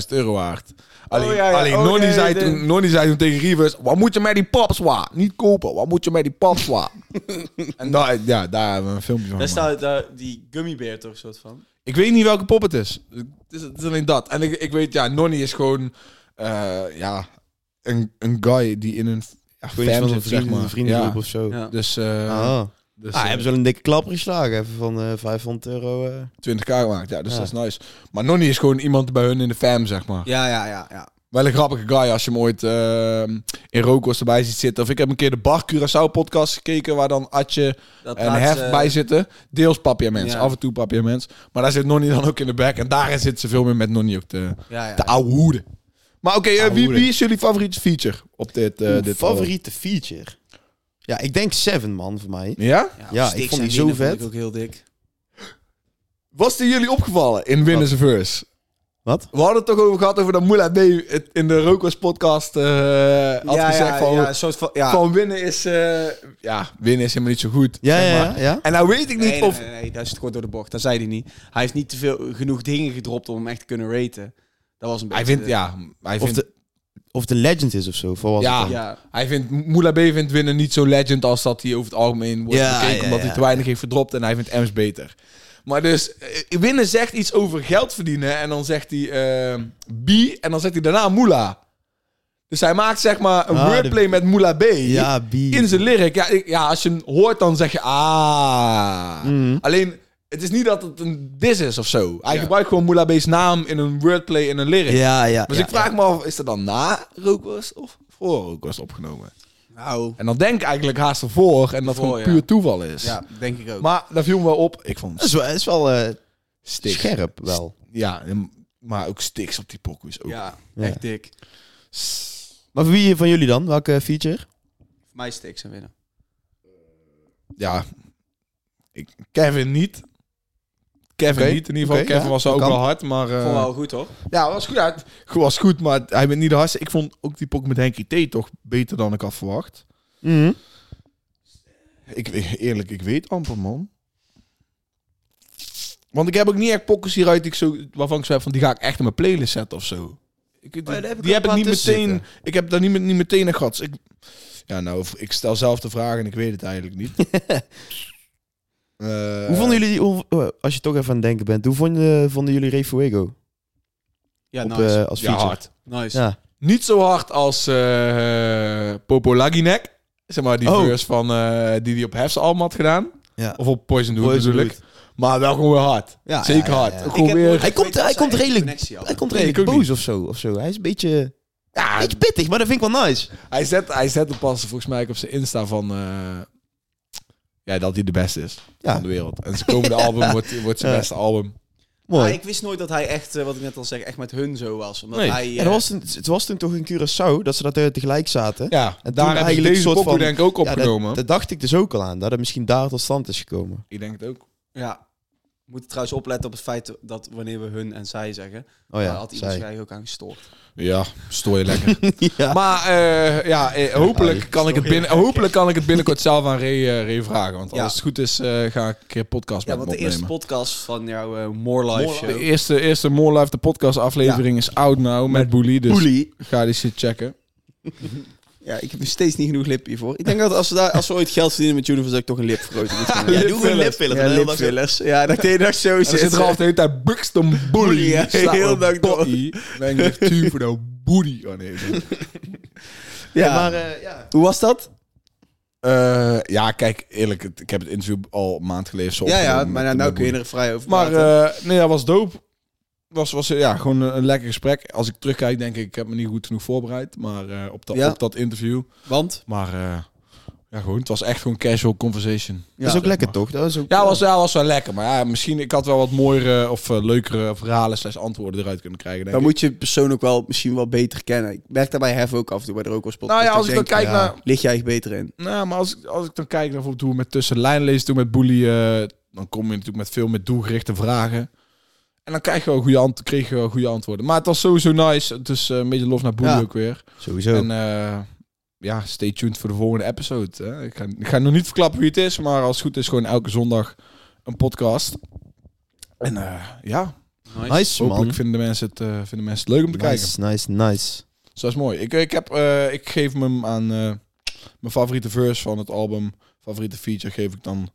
20.000 euro waard. Alleen, ja, ja. alleen Oh, Nonnie, nee, zei de- toen, Nonnie zei toen tegen Reverse... Wat moet je met die pops, wa? Niet kopen. Wat moet je met die pops, (laughs) wa? en daar, ja, daar hebben we een filmpje van Daar gemaakt. nou- staat daar die gummybeer toch, soort van. Ik weet niet welke pop het is. Het is, het is alleen dat. En ik, ik weet, ja, Nonnie is gewoon... eh, ja, een, een guy die in een... Ja, Gewoon iets fam van zit, een zeg vrienden, maar. een vriendengroep Ja. of zo. Ja. Dus, eh, Ah. dus Ah, eh, hebben ze wel een dikke klapper geslagen, even van eh 500 euro. eh. 20k gemaakt. Ja, dus Ja. dat is nice. Maar Nonnie is gewoon iemand bij hun in de fam, zeg maar. Ja, ja, ja, ja. Wel een grappige guy als je hem ooit ehm, in Rokos erbij ziet zitten. Of ik heb een keer de Bar Curaçao podcast gekeken waar dan Atje Dat en laatste- Hef bij zitten. Deels papiermens, Ja. af en toe papiermens. Maar daar zit Nonnie dan ook in de back. En daar zit ze veel meer met Nonnie op de, Ja, ja. de oude hoede. Maar oké, eh, wie, hoede. wie is jullie favoriete feature op dit? eh, Mijn dit favoriete feature? Ja, ik denk Seven, man, voor mij. album? Ja? Ja, Sticks ik vond en die zo Wienen vet. Ik ook heel dik. Was die jullie opgevallen in Winners Verse? Wat? We hadden het toch over gehad over dat Moula B het in de Rokos podcast eh, had ja, gezegd ja, van, ja, een soort van, ja. van winnen is... eh, ja, winnen is helemaal niet zo goed. Ja, zeg ja, maar. ja, ja. En nou weet ik niet Nee, nee, of... nee, nee, dat is het kort door de bocht. Dat zei hij niet. Hij heeft niet te veel, genoeg dingen gedropt om hem echt te kunnen raten. Dat was een beetje... Hij vindt, ja, hij eh, Of vindt, de, of de legend is of zo. Voor wat Ja. het dan. Ja. hij vindt Moula B vindt winnen niet zo legend als dat hij over het algemeen wordt Ja, bekeken, ja, omdat hij ja, te weinig heeft verdropt en hij vindt Ems beter. Maar dus, eh, winnen zegt iets over geld verdienen en dan zegt hij eh, B en dan zegt hij daarna Moula. Dus hij maakt zeg maar een Ah, de- wordplay met Moula B. Ja, B. in zijn lyric. Ja, ik- ja, als je hem hoort, dan zeg je ah. Mhm. Alleen, het is niet dat het een dis is of zo. Hij gebruikt gewoon Moula B's naam in een wordplay in een lyric. (laughs) Ja, ja. Dus ja, ik vraag me af, is dat dan na Rookworst of voor Rookworst opgenomen? Nou, En dan denk ik eigenlijk haast ervoor en dat Voor, gewoon ja. puur toeval is. ja, denk ik ook. Maar daar viel me wel op. Ik vond Dat is wel, dat is wel eh, Stix. scherp, wel. Ja, en- maar ook Stix op die pokoes ook. ja, Ja. echt dik. Maar voor wie van jullie dan? Welke feature? Voor mij sticks en winnen. Ja. Ik, Kevin niet. Kevin Oké, niet. In ieder geval, oké, Kevin ja, was wel ook kan. wel hard, maar... eh, Vond wel goed, hoor. ja, was goed, ja, het was goed, maar hij bent niet de hardste. Ik vond ook die pok met Henky T toch beter dan ik had verwacht. Ik, weet- eerlijk, ik weet amper, man. Want ik heb ook niet echt pokkers hieruit die ik zo, waarvan ik zo heb van... die ga ik echt in mijn playlist zetten of zo. Ik, die, Oh ja, daar heb ik die ook heb ik een niet paar tussen meteen. zitten. Ik heb daar niet, met- niet meteen een gat. Ik, ja, nou, ik stel zelf de vraag en ik weet het eigenlijk niet. Eh, hoe vonden jullie, hoe- oh, als je toch even aan het denken bent, hoe vonden, vonden jullie Ray Fuego Ja, op, nice. eh, als ja, feature? hard. nice. Ja. Niet zo hard als eh Popo Laginek. Zeg maar die Oh. verse van eh, die die op Hef's album had gedaan. Ja. Of op Poison Doet Poison natuurlijk. Maar wel gewoon weer hard. Ja, Zeker ja, ja, hard. ja. Gewoon Ik heb weer... nooit Hij komt- geweten hij dat komt zij echt redelijk- connectie hadden. Hij komt Nee, ik redelijk ook boos of zo, of zo. Hij is een beetje, Ja, beetje pittig, maar dat vind ik wel nice. Hij zet, hij zet de pas volgens mij ook op zijn Insta van... eh, ja, dat hij de beste is Ja. van de wereld. En zijn (laughs) komende album wordt, wordt zijn Ja. beste album. Mooi. Maar Ah, ik wist nooit dat hij echt, eh, wat ik net al zeg, echt met hun zo was. Omdat Nee. hij... eh, Ja, dat was toen, het was toen toch in Curaçao dat ze dat eh, tegelijk zaten. Ja, En daar toen hebben ze eigenlijk deze soort pokoe van- denk ik ook Ja, opgenomen. dat, dat dacht ik dus ook al aan, dat het misschien daar tot stand is gekomen. Ik denk het ook. Ja. We moeten trouwens opletten op het feit dat wanneer we hun en zij zeggen, Oh daar ja, had iemand zich zij. eigenlijk ook aan gestoord. Ja, stoor je lekker. (laughs) ja. maar eh, ja, eh, hopelijk, kan ik het binnen, hopelijk kan ik het binnenkort zelf aan Ray, eh, Ray vragen. Want als Ja. het goed is, eh, ga ik een keer podcast Ja, met want hem de eerste opnemen. podcast van jouw eh, More Life show. De eerste, eerste More Life, de podcast aflevering is oud nou met, Boelie. Dus ga die shit checken. Ja, ik heb steeds niet genoeg lip hiervoor. Ik denk dat als we, daar, als we ooit geld verdienen met Universe, dat ik toch een lipvergroting moet gaan doen. Ja, doe gewoon lipfillers. Ja, Dan heel dag zo- lipfillers. Ja, dat deed je nog zo En dan zit er altijd de hele tijd Buxton Bully. Bully, ja. Slaat Heel een dank door. potty. Ben je tuur voor de booty. Oh nee. Ja. Maar eh, ja, Hoe was dat? Eh, ja, kijk, eerlijk. het- Ik heb het interview al een maand geleden zo Ja, ja, opgenomen maar met- nou, nou met kun je er vrij over Maar praten. eh, nee, dat was dope. Was, was eh, ja, gewoon een, een lekker gesprek. Als ik terugkijk, denk ik, ik heb me niet goed genoeg voorbereid. Maar eh, op, dat Ja. op dat interview. Want? Maar eh, ja, gewoon, het was echt gewoon casual conversation. dat is ook zeg lekker maar. toch? Dat is ook, Ja, was, ja, was wel lekker. Maar ja, misschien, ik had wel wat mooiere of eh, leukere verhalen slash antwoorden eruit kunnen krijgen, denk Dan ik. moet je persoon ook wel misschien wel beter kennen. Ik merk daarbij Hef ook af en toe bij de Rookwas podcast. Nou ja, als ik denk, dan kijk ja. naar... Lig jij echt beter in? Nou, maar als, ik- als ik dan kijk naar bijvoorbeeld hoe we met tussenlijn lezen doen met Boelie... eh, dan kom je natuurlijk met veel met doelgerichte vragen. En dan krijg je wel goede, ant kreeg je wel goede antwoorden. Maar het was sowieso nice. Dus eh, een beetje lof naar Boelie Ja. ook weer. Sowieso. En eh, ja, stay tuned voor de volgende episode. Hè. Ik, ga, ik ga nog niet verklappen wie het is, maar als het goed is gewoon elke zondag een podcast. En eh, ja, nice man. hopelijk vinden de, mensen het, eh, vinden mensen het leuk om te kijken. Nice, nice, nice. Dus dat is mooi. Ik, ik, heb, eh, ik geef hem aan eh, mijn favoriete verse van het album. Favoriete feature geef ik dan...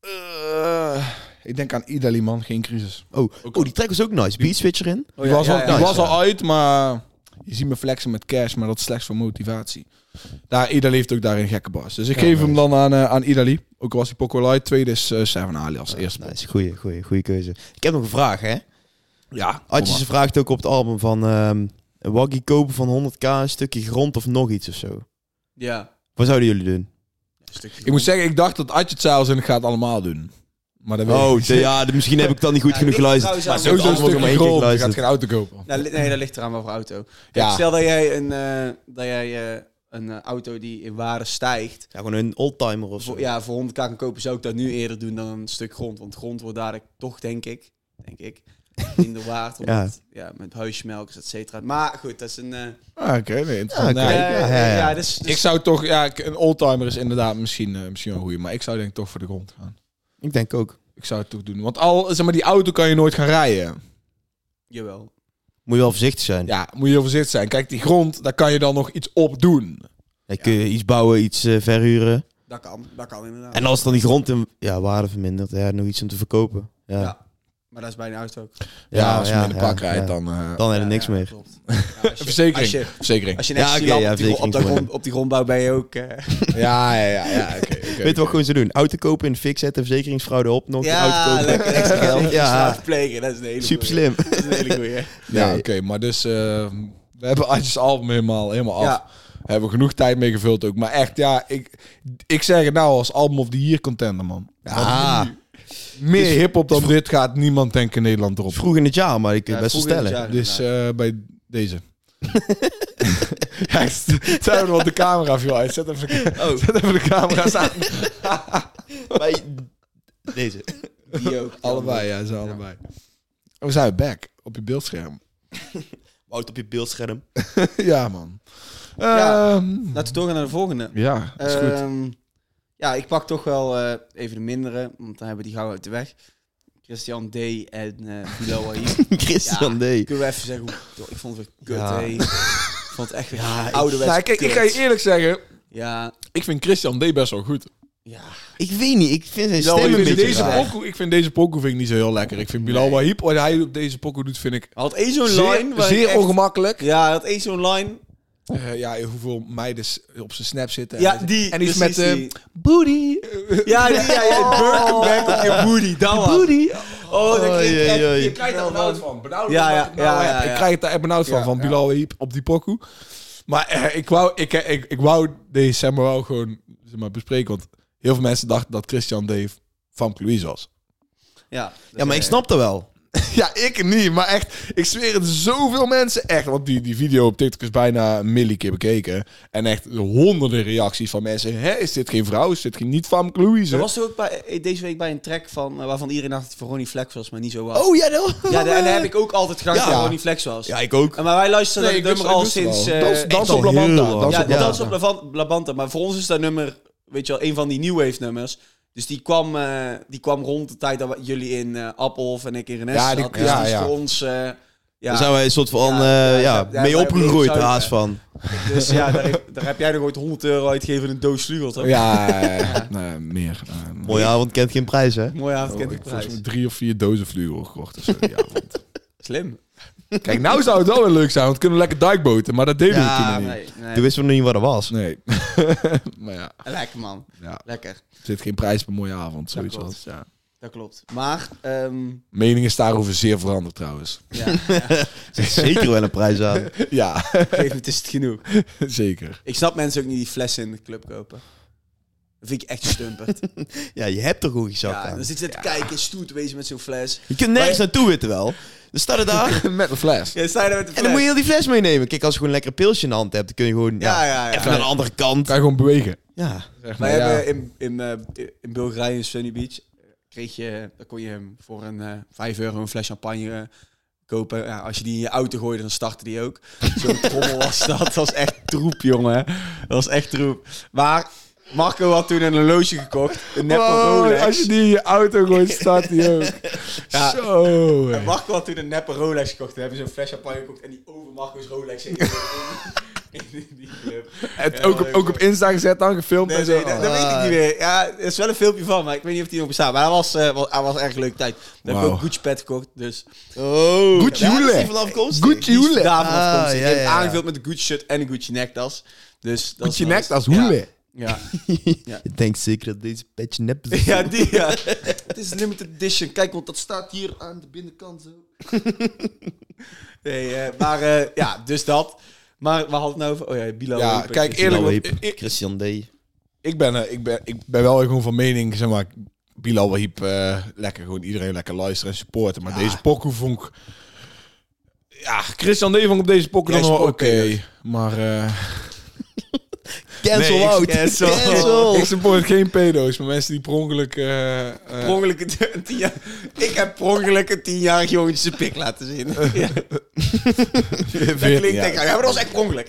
eh, ik denk aan Ida Liman, geen crisis. Oh, Ook- oh, die track was ook nice. Beat Switcher in. Die was, al, die Oh ja. was al uit, maar je ziet me flexen met cash, maar dat is slechts voor motivatie. Daar, Idali heeft ook daarin gekke bars. Dus ik geef hem dan aan, eh, aan Idali. Ook al was hij Poco Light. Tweede is eh, Seven Ali als eerste. Nice, goeie, goeie, goeie keuze. Ik heb nog een vraag hè. Ja, kom Adje maar. ze vraagt ook op het album van ehm een waggie kopen van 100k, een stukje grond of nog iets of zo. Ja. Wat zouden jullie doen? ik moet zeggen, ik dacht dat Adje het zelfs en ik ga het allemaal doen. Maar dat weet ik Oh, niet. de- (laughs) ja, de- misschien heb ik dan niet goed Ja, genoeg dit is geluisterd. trouwens Sowieso een allemaal nog maar stukje één keer grond. Je gaat geluisterd. geen auto kopen. Nou, li- nee, dat ligt eraan wat voor auto. Ja. Kijk, stel dat jij een, eh, dat jij, eh, een eh, auto die in waarde stijgt, Ja, gewoon een oldtimer of zo. voor, ja, voor 100k kan kopen, zou ik dat nu eerder doen dan een stuk grond. Want grond wordt dadelijk toch, denk ik, denk ik, (laughs) minder waard. Ja. Omdat, ja. met huismelkers, et cetera. Maar goed, dat is een... eh, Ah, Oké, nee, interessant. Ja, oké. Nee, ja, ja, ja. dus, dus- Ik zou toch, ja, ik- een oldtimer is inderdaad misschien, eh, misschien wel een goeie, maar ik zou denk ik toch voor de grond gaan. Ik denk ook. Ik zou het toch doen. Want al, zeg maar, die auto kan je nooit gaan rijden. Jawel. Moet je wel voorzichtig zijn. Ja, moet je heel voorzichtig zijn. Kijk, die grond, daar kan je dan nog iets op doen. Ja, kun je iets bouwen, iets eh, verhuren. Dat kan, dat kan inderdaad. En als dan die grond in ja, waarde vermindert, ja, nog iets om te verkopen. Ja, Ja. maar dat is bij een auto ook. Ja, als je ja, met een pak ja, rijdt, ja. dan... eh, Dan heb je Ja, niks ja, meer. (laughs) klopt. Ja, als je- verzekering. Als je, Verzekering. als je een Ja, extra oké, lap ja, op, die, gro- op, dat verzekering. grond, op die grondbouw ben je ook... eh, Ja, ja, ja. ja oké, oké, Weet je wat oké. gewoon ze doen? Auto kopen, in de fik zetten, verzekeringsfraude op, nog een auto ja, kopen. lekker (laughs) extra geld. Ja, Ja. plegen, dat is een hele Super goeie. slim. Dat is een hele goeie. Ja, oké. Nee. maar dus... eh, we hebben (laughs) Adjes album helemaal, helemaal af. Ja. Hebben we genoeg tijd mee gevuld ook. Maar echt, ja, ik, ik zeg het nou als album of the year contender, man. Ah, Meer hiphop dan dit gaat niemand denken in Nederland erop. vroeg in het jaar, maar ik kan Ja, het best wel vroeg in het stellen. Dus jaar. eh, bij (laughs) deze. ja, ik st- stel er op de camera viel uit. Zet even, de ka- (laughs) zet even de camera's (laughs) aan. Bij (laughs) deze. Die ook. Allebei, ja, ze allebei. We zijn back op je beeldscherm. (laughs) Wout op je beeldscherm. (laughs) ja, man. Ja. Ehm, eh, Laten we doorgaan naar de volgende. ja, is goed. Ehm, ja, ik pak toch wel eh, even de mindere, want dan hebben we die gauw uit de weg. Christian D. en eh Bilal Wahib. Christian D. Kunnen we even zeggen, hoe, Yo, ik vond het weer kut, Ja. hé. Ik vond het echt weer ja, Nou, kijk, ik ga je eerlijk zeggen, Ja, ik vind Christian D best wel goed. ja. Ik weet niet, ik vind zijn Bilal stem een Wahib, beetje deze raar. pokoe, ik vind deze pokoe vind ik niet zo heel lekker. Ik vind Bilal Wahib, wat hij op deze pokoe doet, vind ik Hij had één zo'n line... zeer, waar zeer ik echt- ongemakkelijk. Ja, hij had één zo'n line... Eh, ja, hoeveel meiden s- op zijn snap zitten. Ja, En- die. En iets met precies eh, die. booty. Ja, die, ja, ja. Burger (laughs) back op je booty. Dat was. Booty. Oh, dat kreeg ik echt- Oei, oei, je oei. krijgt er benauwd van. Benauwd Ja, omdat ja, ik het nou ja, heb. ja, ja. Ik krijg het daar echt benauwd van, Ja, van ja. Bilal Wahib op die pokoe. Maar eh, ik, wou, ik, eh, ik, ik wou deze Sammer wel gewoon zeg maar, bespreken. Want heel veel mensen dachten dat Christian Dave van Louise was. Ja, eh, Ja, maar ik snap dat wel. (laughs) Ja, ik niet. Maar echt, ik zweer het zoveel mensen. Echt, want die, die video op TikTok is bijna een millie keer bekeken. En echt honderden reacties van mensen. Hé, is dit geen vrouw? Is dit geen niet van Louise? Er was er ook bij, eh, deze week bij een track van, eh, waarvan iedereen dacht dat het voor Ronnie Flex was, maar niet zo was. Oh ja, dat was- ja, de- en daar heb ik ook altijd gedacht Ja. dat het Ronnie Flex was. Ja, ik ook. En Maar wij luisteren Nee, ik naar dat doe- nummer al ik doe het sinds... wel. eh, Dans- dans echt op al La Banda, heel lang. dans ja, op La ja. Dans Banda. op Lavan- La Banda. Maar voor ons is dat nummer, weet je wel, een van die New Wave nummers. Dus die kwam, eh, die kwam rond de tijd dat we- jullie in eh, Appelhof en ik in Rennes Ja, zaten. die- Dus die ja, is ja. voor ons... eh, ja. Daar zijn wij een soort van Ja, eh, ja, ja, ja, mee ja, opgegroeid, ja, ja. haast van. Dus ja, daar, heb- daar heb jij nog ooit 100 euro uitgegeven in een doos slugels. (laughs) toch? Ja, eh, eh, meer. eh, Mooie avond kent geen prijs, hè? Mooi Oh, avond, ik kent heb ik volgens prijs. mij drie of vier dozen vlugel gekocht. of zo die avond. Slim. (laughs) Kijk, nou zou het wel weer leuk zijn, want we kunnen lekker duikboten. Maar dat deden we toen nog niet. Nee, nee. Toen wisten we nog niet wat dat was. Nee. (laughs) maar ja, Lekker man. ja, Lekker. er zit geen prijs per mooie avond. Zoiets klopt. als. Ja. Dat klopt. Maar, ehm, (laughs) Meningen is daarover zeer veranderd (laughs) trouwens. ja, Er zit zeker wel een prijs (laughs) aan. ja, (laughs) even het is het genoeg. zeker. Ik snap mensen ook niet die flessen in de club kopen. Dat vind ik echt stumperd. Ja, je hebt er gewoon iets ja, dus- aan. dan zitten ze te kijken en stoer te wezen met zo'n fles. Je kunt nergens naartoe weten wel. Dan staat het daar. Met een fles. Ja, dan sta je daar met de En fles. dan moet je heel die fles meenemen. Kijk, als je gewoon een lekker pilsje in de hand hebt, dan kun je gewoon ja, Ja, ja, ja. even naar de andere kant. Kan je gewoon bewegen. Ja. Zeg maar, Wij ja. hebben in, in, eh, in Bulgarije, in Sunny Beach, eh, kreeg je, dan kon je hem voor een eh 5 euro een fles champagne eh, kopen. Ja, als je die in je auto gooide, dan startte die ook. (laughs) Zo'n trommel was dat. Dat was echt troep, jongen. Dat was echt troep. Maar Marco had toen een horloge gekocht. Een nep Wow, Rolex. Oh, als je die in je auto gooit, staat die (laughs) ook. Ja. Zo. hè. En Marco had toen een neppe Rolex gekocht. Toen hebben ze een fles champagne gekocht en die over Marco's (laughs) Rolex heen. in die- die club. Het ook, op, ook op Insta gezet dan, gefilmd Nee, en zo. nee, dat, dat weet ik niet meer. Ja, er is wel een filmpje van, maar ik weet niet of die nog bestaat. Maar hij was, eh, was, hij was erg leuk tijd. Dan heb ik Wauw. ook Gucci pet gekocht, dus Oh. Gucci ja, dat is Hoele. die vanaf komst. Gucci die is Hoele. daarvan Ah, afkomstig. ja, Ik heb ja, het ja. aangevuld met een Gucci shirt en een Gucci nektas. Dus dat is Gucci wel nekt als eens- Hoele. (laughs) Ja, Ik denk zeker dat deze petje nep (laughs) ja. is. Ja, die ja. Het is limited edition. Kijk, want dat staat hier aan de binnenkant (laughs) zo. Nee, eh, maar eh, ja, dus dat. Maar we hadden het nou over... Oh ja, Bilal. Ja, Hoop en kijk, Christian eerlijk, Bilal Wahib. want ik- ik- Christian D. ik ben, eh, ik, ben, ik ben wel gewoon van mening, zeg maar, Bilal Wahib, eh, lekker gewoon iedereen lekker luisteren en supporten. Maar deze pokoe vond ik... Ja, Christian D. vond ik op deze pokoe Jij dan wel oké. supporteert Maar eh, Cancel Nee, ik- out. cancel. ik support geen pedo's, maar mensen die per ongeluk... eh, (laughs) eh, Per ongeluk een- een tienja- (laughs) ik heb per ongeluk een tienjarig jongetje zijn pik laten zien. Ja, (laughs) dat veertien klinkt jaar. denk ik, ja, maar dat was echt per ongeluk.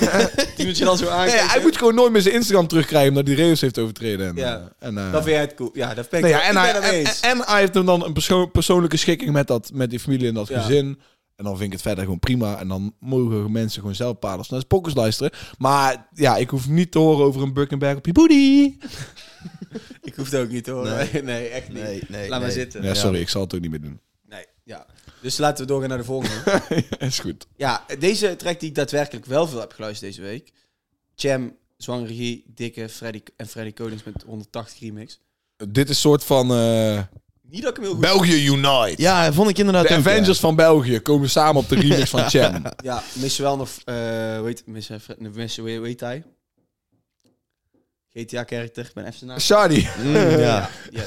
(laughs) Die moet je dan zo Nee, aankijken. hij moet gewoon nooit meer zijn Instagram terugkrijgen omdat hij regels heeft overtreden. En, Ja. eh, en, eh, Dan vind jij het cool. Ja, dat ben ik, nee, ja, en, ik hij, ben het en, mee eens. en hij heeft hem dan een perso- persoonlijke schikking met, dat, met die familie en dat Ja. gezin. En dan vind ik het verder gewoon prima. En dan mogen mensen gewoon zelf padels naar zijn pokkers luisteren. Maar ja, ik hoef niet te horen over een Buckenberg op je booty. Ik hoef het ook niet hoor. Nee, (laughs) nee echt niet. Nee, nee, Laat maar nee. zitten. Ja, sorry, ik zal het ook niet meer doen. (laughs) Nee, ja. Dus laten we doorgaan naar de volgende. Is goed. ja, deze track die ik daadwerkelijk wel veel heb geluisterd deze week. Cham, Zwang Regie, Dikke Freddy en Freddy Konings met 180 remix. Dit is soort van eh, Niet dat ik hem heel goed... België Unite. Ja, vond ik inderdaad De ook, ja. Avengers van België komen samen op de remix van (laughs) Cham. Ja, missen wel nog... eh weet, missen, Fred- missen, weet, weet hij? GTA-character, ik ben even zijn naam. Shadi. Mm, ja. Yes,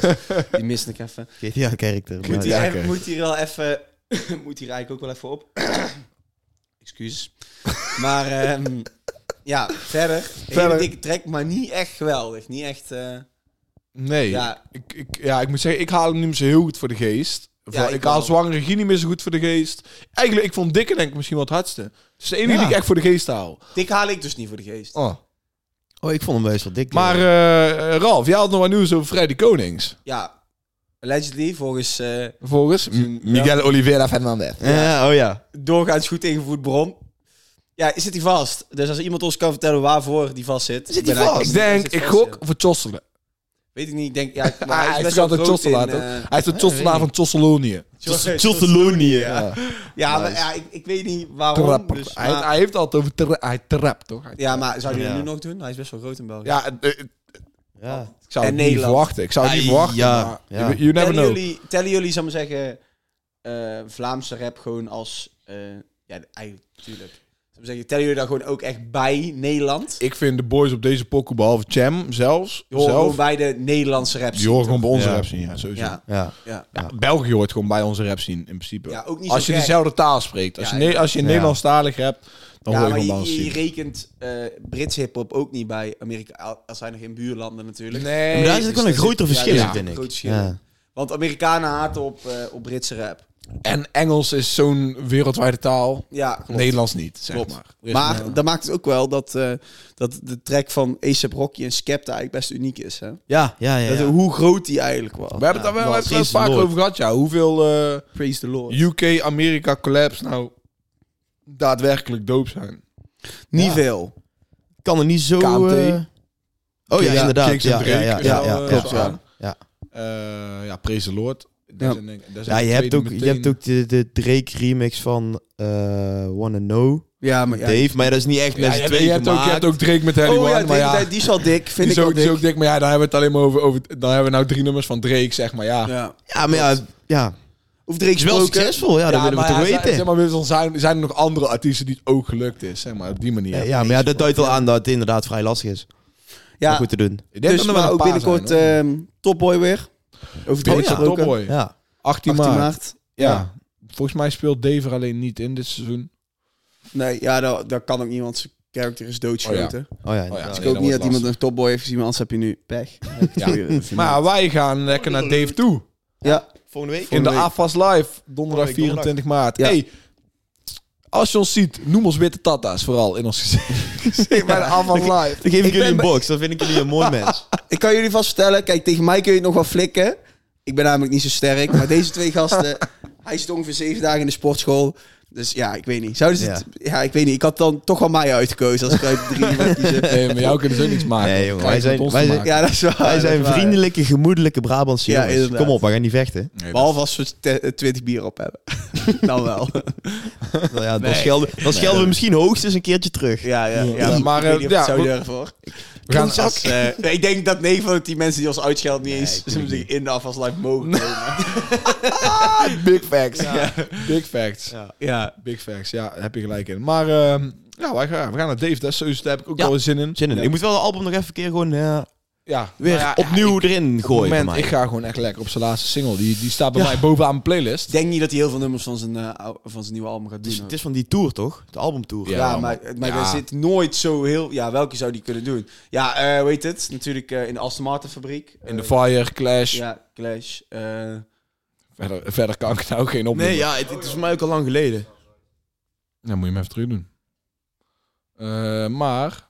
die miste ik even. GTA-character. Goed, Moet, ja, hier, oké. even- moet hier wel even... (clears throat) moet hier eigenlijk ook wel even op. (clears throat) Excuses. Maar ehm, ja, verder. Verder. Hele dikke track, maar niet echt geweldig. Niet echt... eh, Nee. Ja. Ik, ik, ja, ik moet zeggen, ik haal hem niet meer zo heel goed voor de geest. Voor- ik ik haal wel. zwangere Guy niet meer zo goed voor de geest. Eigenlijk, ik vond Dikke denk ik misschien wel het hardste. Het is de enige Ja. die ik echt voor de geest haal. dik haal ik dus niet voor de geest. Oh. Oh, ik vond hem best wel dik. Maar ja. eh, Ralf, jij had nog wat nieuws over Freddy Konings. Ja. allegedly volgens eh, Vervolgens M- Miguel Oliveira Fernandez. Ja, oh ja. doorgaans goed ingevoerd bron. Ja, zit hij vast? Dus als iemand ons kan vertellen waarvoor die vast zit. Zit ben hij eigenlijk- vast? Ik ben denk, zit ik vast, gok ja. voor Tjosselen. Weet ik niet, ik (laughs) denk... Ja, maar Ah, hij is best wel kan de groot Tjosselaar, in... toch? eh, Hij is (laughs) de Tjosselaar van Tjosselonië. Tjossel- Tjottelonië. Ja. Ja, maar ja, ik, ik weet niet waarom. Trapper. Dus, hij, maar- hij heeft altijd over tra- hij trapt, toch? Hij- ja, maar zou hij dat Ja. nu nog doen? Hij is best wel groot in België. ja, eh, eh, Ja. ik zou En het niet Nederland. verwachten. Ik zou het niet Ai, verwachten. ja, maar ja. You, you never tellen, know. jullie, tellen jullie, zou ik maar zeggen, eh, Vlaamse rap gewoon als... eh, ja, eigenlijk, tuurlijk. Zou maar zeggen, tellen jullie daar gewoon ook echt bij Nederland? Ik vind de boys op deze pokoe, behalve Cham zelfs, Die horen zelf, gewoon bij de Nederlandse rap die horen gewoon bij onze Ja. rap zien. Ja, sowieso. Ja, Ja. ja. Ja, België hoort gewoon bij onze rap zien, in principe. ja, ook niet als zo je gek. dezelfde taal spreekt. Als Ja, je, ne- als je ja. Nederlandstalig hebt, dan Ja, hoor je gewoon maar je, bij ons je zien. rekent eh Brits hiphop ook niet bij Amerika. Als zijn er geen buurlanden natuurlijk. dus Nee. Maar daar zit wel een groter verschil ja, in, vind ik. groot verschil. Ja. Want Amerikanen haten op, eh, op Britse rap. En Engels is zo'n wereldwijde taal. Ja, klopt. Nederlands niet, zeg Klopt. maar. Maar dat maakt het ook wel dat, eh, dat de track van A$AP Rocky en Skepta eigenlijk best uniek is. Hè? Ja, ja, ja. Dat, hoe groot die eigenlijk was. We hebben het daar wel, we hebben het Praise wel the vaak Lord. over gehad, ja. Hoeveel eh, Praise the Lord. UK-Amerika collabs nou daadwerkelijk doop zijn. Niet Ja. veel. Kan er niet zo... KMT. eh, Oh ja, Ja, inderdaad. Kicks en Ja, ja, Drake ja, is ja, wel, ja, eh, klopt, zo ja. aan. Ja. Eh, ja, praise the Lord. Ja. Daar zijn denk- daar Ja, zijn je de hebt, ook, tweede je hebt meteen. ook de, de Drake remix van eh Wanna Know, Ja, maar ja. Dave. Maar ja, dat is niet echt met Ja, z'n je, hebt- tweeën je hebt ook, je hebt gemaakt. ook Drake met Anyone, Oh ja, maar die, ja, die- die is wel dik, die vind is ik ook, ook die is ook dik. dik. Maar ja, dan hebben we het alleen maar over, over... Dan hebben we nou drie nummers van Drake, zeg maar. Ja, Ja. Ja, maar ja, ja. Of Drake Het is wel succesvol. Ja, dat willen we maar toch ja, weten. Zijn, zeg maar, Wilson, zijn, zijn er nog andere artiesten die het ook gelukt is? Zeg maar, op die manier. Ja, ja, maar ja, dat duidt wel aan dat het inderdaad vrij lastig is om Ja, goed te doen. Ik denk dus dat er maar wel een ook paar binnenkort zijn, hoor. ehm Topboy weer. Over Oh Drake ja, gesproken. Topboy. Ja. 18 18 maart. maart. Ja. Volgens mij speelt Dave er alleen niet in dit seizoen. Nee, ja, dat, dat kan ook niemand. Zijn karakter is doodgeschoten. Oh ja, ja. inderdaad. Dus ik nee, dat hoop niet wordt dat iemand een topboy heeft gezien, maar anders heb je nu pech. (laughs) Maar wij gaan lekker naar Dave toe. Ja, Volgende week? In Volgende de week. AFAS Live, Oh, donderdag Volgende week, 24 maart. Ja. Hey, als je ons ziet, noem ons witte tata's vooral in ons (laughs) gezicht. Bij de AFAS Live. Dan geef ik, Ik jullie een ben bij- box. Dan vind ik jullie een (laughs) mooi mens. ik kan jullie vast vertellen. Kijk, tegen mij kun je het nog wel flikken. Ik ben namelijk niet zo sterk. Maar deze twee (laughs) gasten, hij zit ongeveer zeven dagen in de sportschool. Dus ja, ik weet niet. Zouden ze het- ja, ik weet niet. Ik had dan toch wel mij uitgekozen als ik uit de drie mag kiezen. Nee, maar jou kunnen ze ook niks maken. Nee, jongen, wij zijn- wij zijn- Ja, dat is waar. Wij dat is zijn waar. vriendelijke, gemoedelijke Brabantse Ja, jongens. inderdaad. Kom op, we gaan niet vechten. Behalve als we te- eh, 20 bier op hebben. (laughs) dan wel. Nou ja, dan schelden, dan schelden we misschien hoogstens een keertje terug. Ja, ja. ja. Ja, maar, ik weet eh, niet of ik het ja, zou we- durven hoor. we gaan Als, eh, ik denk dat 9 van de 10 mensen die ons uitschelden niet eens (laughs) soms in de afwas live mogen komen. Big facts. Big facts. ja. Big facts, ja, daar heb je gelijk in. Maar ehm, ja, wij gaan, we gaan naar Dave. Dat is sowieso, daar heb ik ook Ja. wel zin in. Zin in. Ja. Ik moet wel de album nog even een keer gewoon eh, Ja, weer maar ja, opnieuw erin op gooien. het voor moment, mij. ik ga gewoon echt lekker op zijn laatste single. Die, die staat bij mij bovenaan mijn playlist. Ik denk niet dat hij heel veel nummers van zijn, eh, ou- van zijn nieuwe album gaat Het, doen. is, hoor. het is van die tour, toch? De albumtour. Ja. ja, maar, maar Ja. er zit nooit zo heel... Ja, welke zou die kunnen doen? Ja, eh, hoe heet het? Natuurlijk eh, in de Aston Martin fabriek. In de Eh, Fire, Clash. Ja, Clash. eh, Verder, verder kan ik nou geen opnemen. Nee, ja, het, het is voor mij ook al lang geleden. Nou, moet je hem even terug doen. Eh, maar...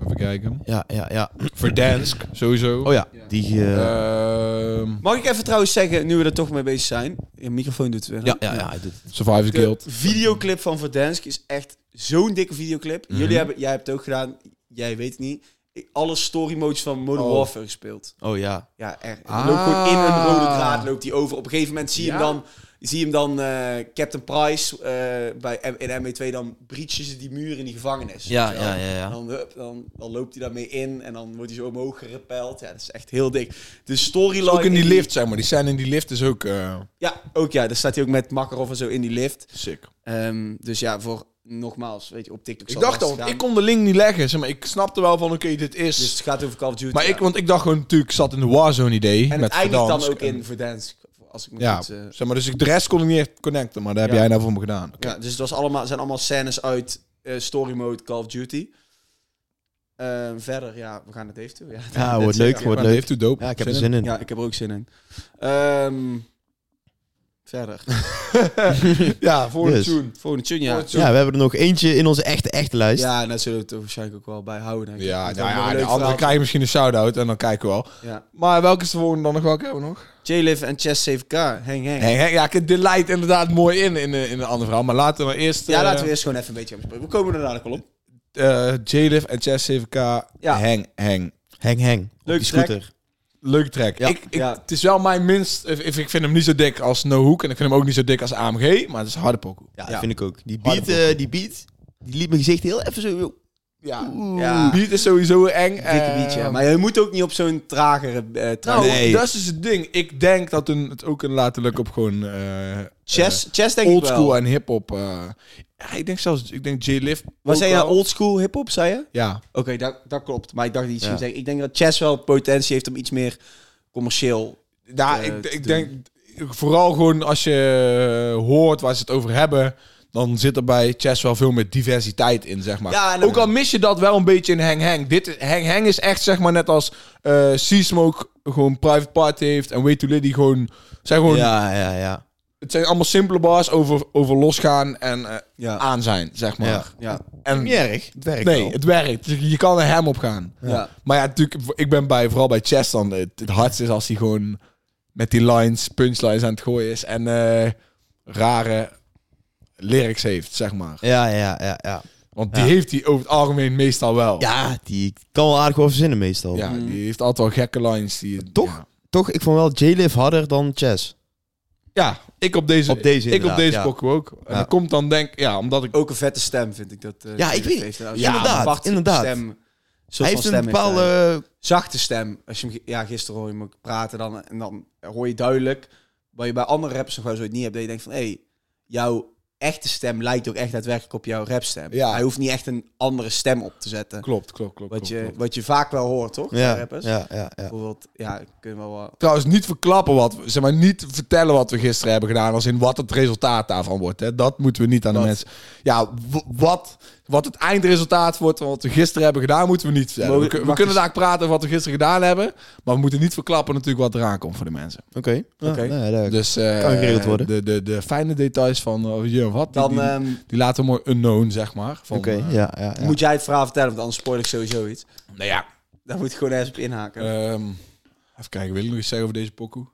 Even kijken. Ja, ja, ja. Verdansk, sowieso. Oh ja, die... eh, Ehm, mag ik even trouwens zeggen, nu we er toch mee bezig zijn... Je microfoon doet het weer. hè? ja, ja, ja. dit- Survivor De Guild. videoclip van Verdansk is echt zo'n dikke videoclip. Mhm. Jullie hebben, jij hebt het ook gedaan, jij weet het niet. Ik- Alle story modes van Modern Oh. Warfare gespeeld. Oh ja. Ja, er, het Ah. loopt gewoon in een rode draad loopt die over. Op een gegeven moment zie je Ja. hem dan, zie je hem dan eh, Captain Price eh, bij, M- in MW2 dan breachen ze die muur in die gevangenis. Ja, Weet je wel? ja, ja, ja. Dan, hup, dan, dan loopt hij daarmee in en dan wordt hij zo omhoog gerepeld. Ja, dat is echt heel dik. De storyline... Ook in die lift, zeg maar. Die scène in die lift is ook... eh, Ja, ook ja. Daar staat hij ook met Makarov en zo in die lift. Sick. Ehm, dus ja, voor nogmaals, weet je, op TikTok. Ik zal dacht het al, gaan. ik kon de link niet leggen. Zeg maar, ik snapte wel van, oké, dit is... Dus het gaat over Call of Duty. maar ja. ik, want ik dacht gewoon natuurlijk, ik zat in de Warzone idee. en met het eindigt dan Verdansk. ook in Verdansk. Als ik me Ja, goed, eh, zeg maar, dus ik, de rest kon ik niet echt connecten. Maar daar heb Ja. jij nou voor me gedaan. ja, dus het was allemaal, zijn allemaal scènes uit eh, story mode Call of Duty. Ehm, verder, ja, we gaan het even toe. Ja, Ja, Dit- wordt leuk, wordt Maar dat leuk. heeft u dope. Ja, ik heb er zin in. Ja, ik heb er ook zin in. Ehm, (laughs) Verder. Ja, voor Yes. de tune. Volgende tune, ja. Volgende Ja, we hebben er nog eentje in onze echte, echte lijst. Ja, en daar zullen we het waarschijnlijk ook wel bij houden. denk ik. Ja, Dat nou is wel ja, een de leuk andere verhaal. krijgen misschien een shout-out en dan kijken we wel. Ja. Maar welke is de volgende dan nog? Welke hebben we nog? J-Liv en Chess 7K. Heng, heng. Hey, hey, ja, kijk, dit leidt inderdaad mooi in, in, eh, in een ander verhaal. Maar laten we eerst... Ja, eh, laten we eerst gewoon even een beetje gaan bespreken. We komen er dadelijk wel op. eh, J-Liv en Chess 7K. Ja. Hang, hang. Heng, heng. Op Leuk die track. scooter. Leuke track. Ja. Ik, ik- Ja. Het is wel mijn minst... If, if- ik vind hem niet zo dik als No Hook. En ik vind hem ook niet zo dik als AMG. Maar het is een harde pokoe. Ja, Ja. dat vind ik ook. Die Harde beat, eh, die beat, die liet mijn gezicht heel even zo... Ja. Ja. Beat is sowieso eng. Dikke beatje. Maar je moet ook niet op zo'n tragere eh Nou, trage- Nee. dat is dus het ding. Ik denk dat een, het ook een laten lukken op gewoon... eh, Chess, eh, chess denk ik wel. oldschool en hip-hop. eh. Ja, ik denk zelfs... Ik denk J-Liv Was ook jij nou wel. oldschool hiphop, zei je? Ja. Oké, dat, dat klopt. Maar ik dacht iets Ja. ging zeggen. Ik denk dat chess wel potentie heeft om iets meer commercieel. Ja, eh, ik, te ik doen. denk vooral gewoon als je eh, hoort waar ze het over hebben, dan zit er bij Chess wel veel meer diversiteit in, zeg maar. Ja, en dan- Ook al mis je dat wel een beetje in Hang Hang. Dit is- Hang Hang is echt, zeg maar, net als eh C-Smoke gewoon private party heeft en Way to Liddy gewoon... Zijn gewoon Ja, ja, ja. Het zijn allemaal simpele bars over, over losgaan en eh, Ja. aan zijn, zeg maar. Ja. Ja. En, Niet erg. Het werkt nee, wel. het werkt. Je je kan er hem op gaan. Ja. Maar ja, natuurlijk, ik ben bij, vooral bij Chess dan. Het, het hardste is als hij gewoon met die lines, punchlines aan het gooien is. En eh, rare lyrics heeft, zeg maar. Ja, ja, ja, ja. Want die Ja. heeft hij over het algemeen meestal wel. Ja, die kan wel aardig wel verzinnen meestal. Ja, Mhm. die heeft altijd wel gekke lines. Die, Toch? Ja, Toch, ik vond wel J-Liv harder dan Chess. Ja, ik op deze, Op deze ik op inderdaad, deze ja. pokoe ook. En Ja. Oh, dat komt dan denk ja, omdat ik... Ook een vette stem vind ik dat. eh, Ja, J-Liv ik weet- heeft een- ja, inderdaad, aparte inderdaad. Stem, soort Hij van heeft een stem bepaalde... hij. zachte stem. Als je hem, ge- ja, gisteren hoor je hem ook praten dan, en dan hoor je duidelijk wat je bij andere rappers nog wel zoiets niet hebt. Dat je denkt van, hé, jouw echte stem lijkt ook echt daadwerkelijk op jouw rapstem. Ja. Hij hoeft niet echt een andere stem op te zetten. Klopt, klopt, klopt. Wat klopt, je, klopt. wat je vaak wel hoort, toch? bij ja, rappers. ja, ja, ja. Bijvoorbeeld, ja, kun je wel wat... Trouwens, niet verklappen wat we, zeg maar, niet vertellen wat we gisteren hebben gedaan, als in wat het resultaat daarvan wordt. Hè. Dat moeten we niet aan de Wat? mensen. Ja, w- wat, wat het eindresultaat wordt van wat we gisteren hebben gedaan, moeten we niet vertellen. Mogen- we kun- we mag kunnen eens- daar praten over wat we gisteren gedaan hebben, maar we moeten niet verklappen natuurlijk wat eraan komt voor de mensen. Oké. Ja, Oké. nou ja, daar- Dus eh, Kan geregeld worden. De, de, de fijne details van oh, je wat, die, Dan die, ehm, die laten we mooi unknown, zeg maar. Van, Oké, eh, ja, ja, ja. moet jij het verhaal vertellen, want anders spoil ik sowieso iets. Nou ja, Daar moet ik gewoon ergens op inhaken. Ehm, even kijken, wil ik nog iets zeggen over deze pokoe?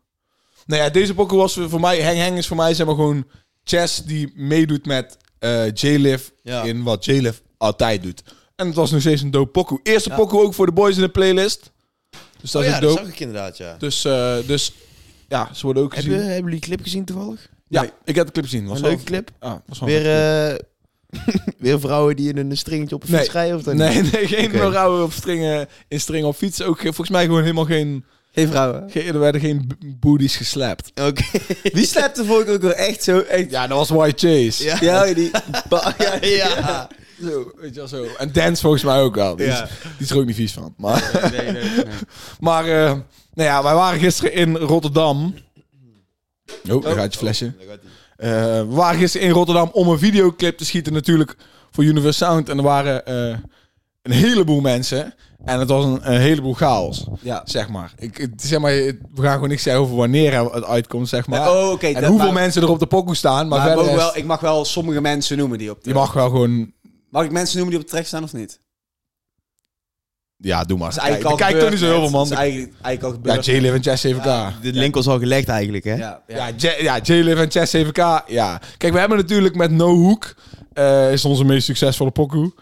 Nou ja, deze pokoe was voor mij... Hang Hang is voor mij zeg maar gewoon Chess die meedoet met eh J-Liv Ja. in wat J-Liv altijd doet. En het was nog steeds een dope pokoe. Eerste pokoe ook voor de boys in de playlist. Dus dat Oh is ja, ook dope. ik inderdaad, ja. Dus, eh, dus ja, ze worden ook Heb Dus je, gezien. hebben jullie die clip gezien toevallig? Ja, Nee. ik heb de clip gezien. Was Een wel- leuke clip? Ah, was wel Weer, een leuke eh, (laughs) weer vrouwen die in een stringetje op een Nee. eh, fiets rijden? Of dan clip. niet? Nee, nee, geen Oké. vrouwen op stringen, in stringen op fietsen. Ook eh, volgens mij gewoon helemaal geen... Geen vrouwen. geen- Er werden geen b- booties geslapt. Oké. (laughs) Wie slaapt de vorige keer ook wel echt zo? Echt, ja, Ja, dat was White Chase. Ja. die... ba- ja, ja. Zo, weet je wel zo. En dance volgens mij ook wel. Die, Ja. is, die is er ook niet vies van. Maar, Nee, nee, nee. (laughs) maar eh, nou ja, wij waren gisteren in Rotterdam. Oh, daar gaat je flesje. Eh, we waren gisteren in Rotterdam om een videoclip te schieten natuurlijk voor Universal Sound. En er waren eh, een heleboel mensen. En het was een, een heleboel chaos, Ja. zeg maar. Ik, ik- zeg maar. ik- We gaan gewoon niks zeggen over wanneer het uitkomt, zeg maar. Oh, oké, en dat- hoeveel maar- mensen er op de pokoe staan. Maar, Maar ik, verder mag is- wel, ik mag wel sommige mensen noemen die op de... je mag wel gewoon... Mag ik mensen noemen die op de track staan of niet? Ja, doe maar. Dat is Kijk, eigenlijk al kijk toch gebeurd niet zo heel veel, man. net. Dat is eigenlijk, eigenlijk al Ja, gebeurd. J-Liv en Jess 7K. De link was al gelegd eigenlijk, hè? Ja, ja. Ja, J- ja J-Liv en Chess 7K. Ja. Kijk, we hebben natuurlijk met No Hook... eh, is onze meest succesvolle pokoe.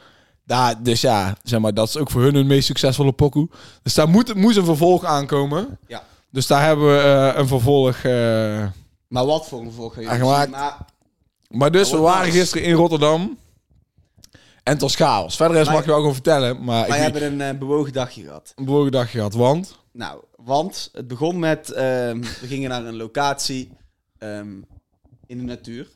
Ja, dus ja, zeg maar, dat is ook voor hun hun meest succesvolle pokoe. Dus daar moet, moest een vervolg aankomen. Ja. Dus daar hebben we eh, een vervolg... eh, Maar wat voor een vervolg ga je Ja, gemaakt. zien? Maar, Maar dus, we wordt waren nice. gisteren in Rotterdam. En het was chaos. Verder is Maar- mag je wel gewoon vertellen. Maar wij ik heb hebben een eh, bewogen dagje gehad. een bewogen dag gehad, want... Nou, want het begon met... ehm, we gingen naar een locatie ehm, in de natuur.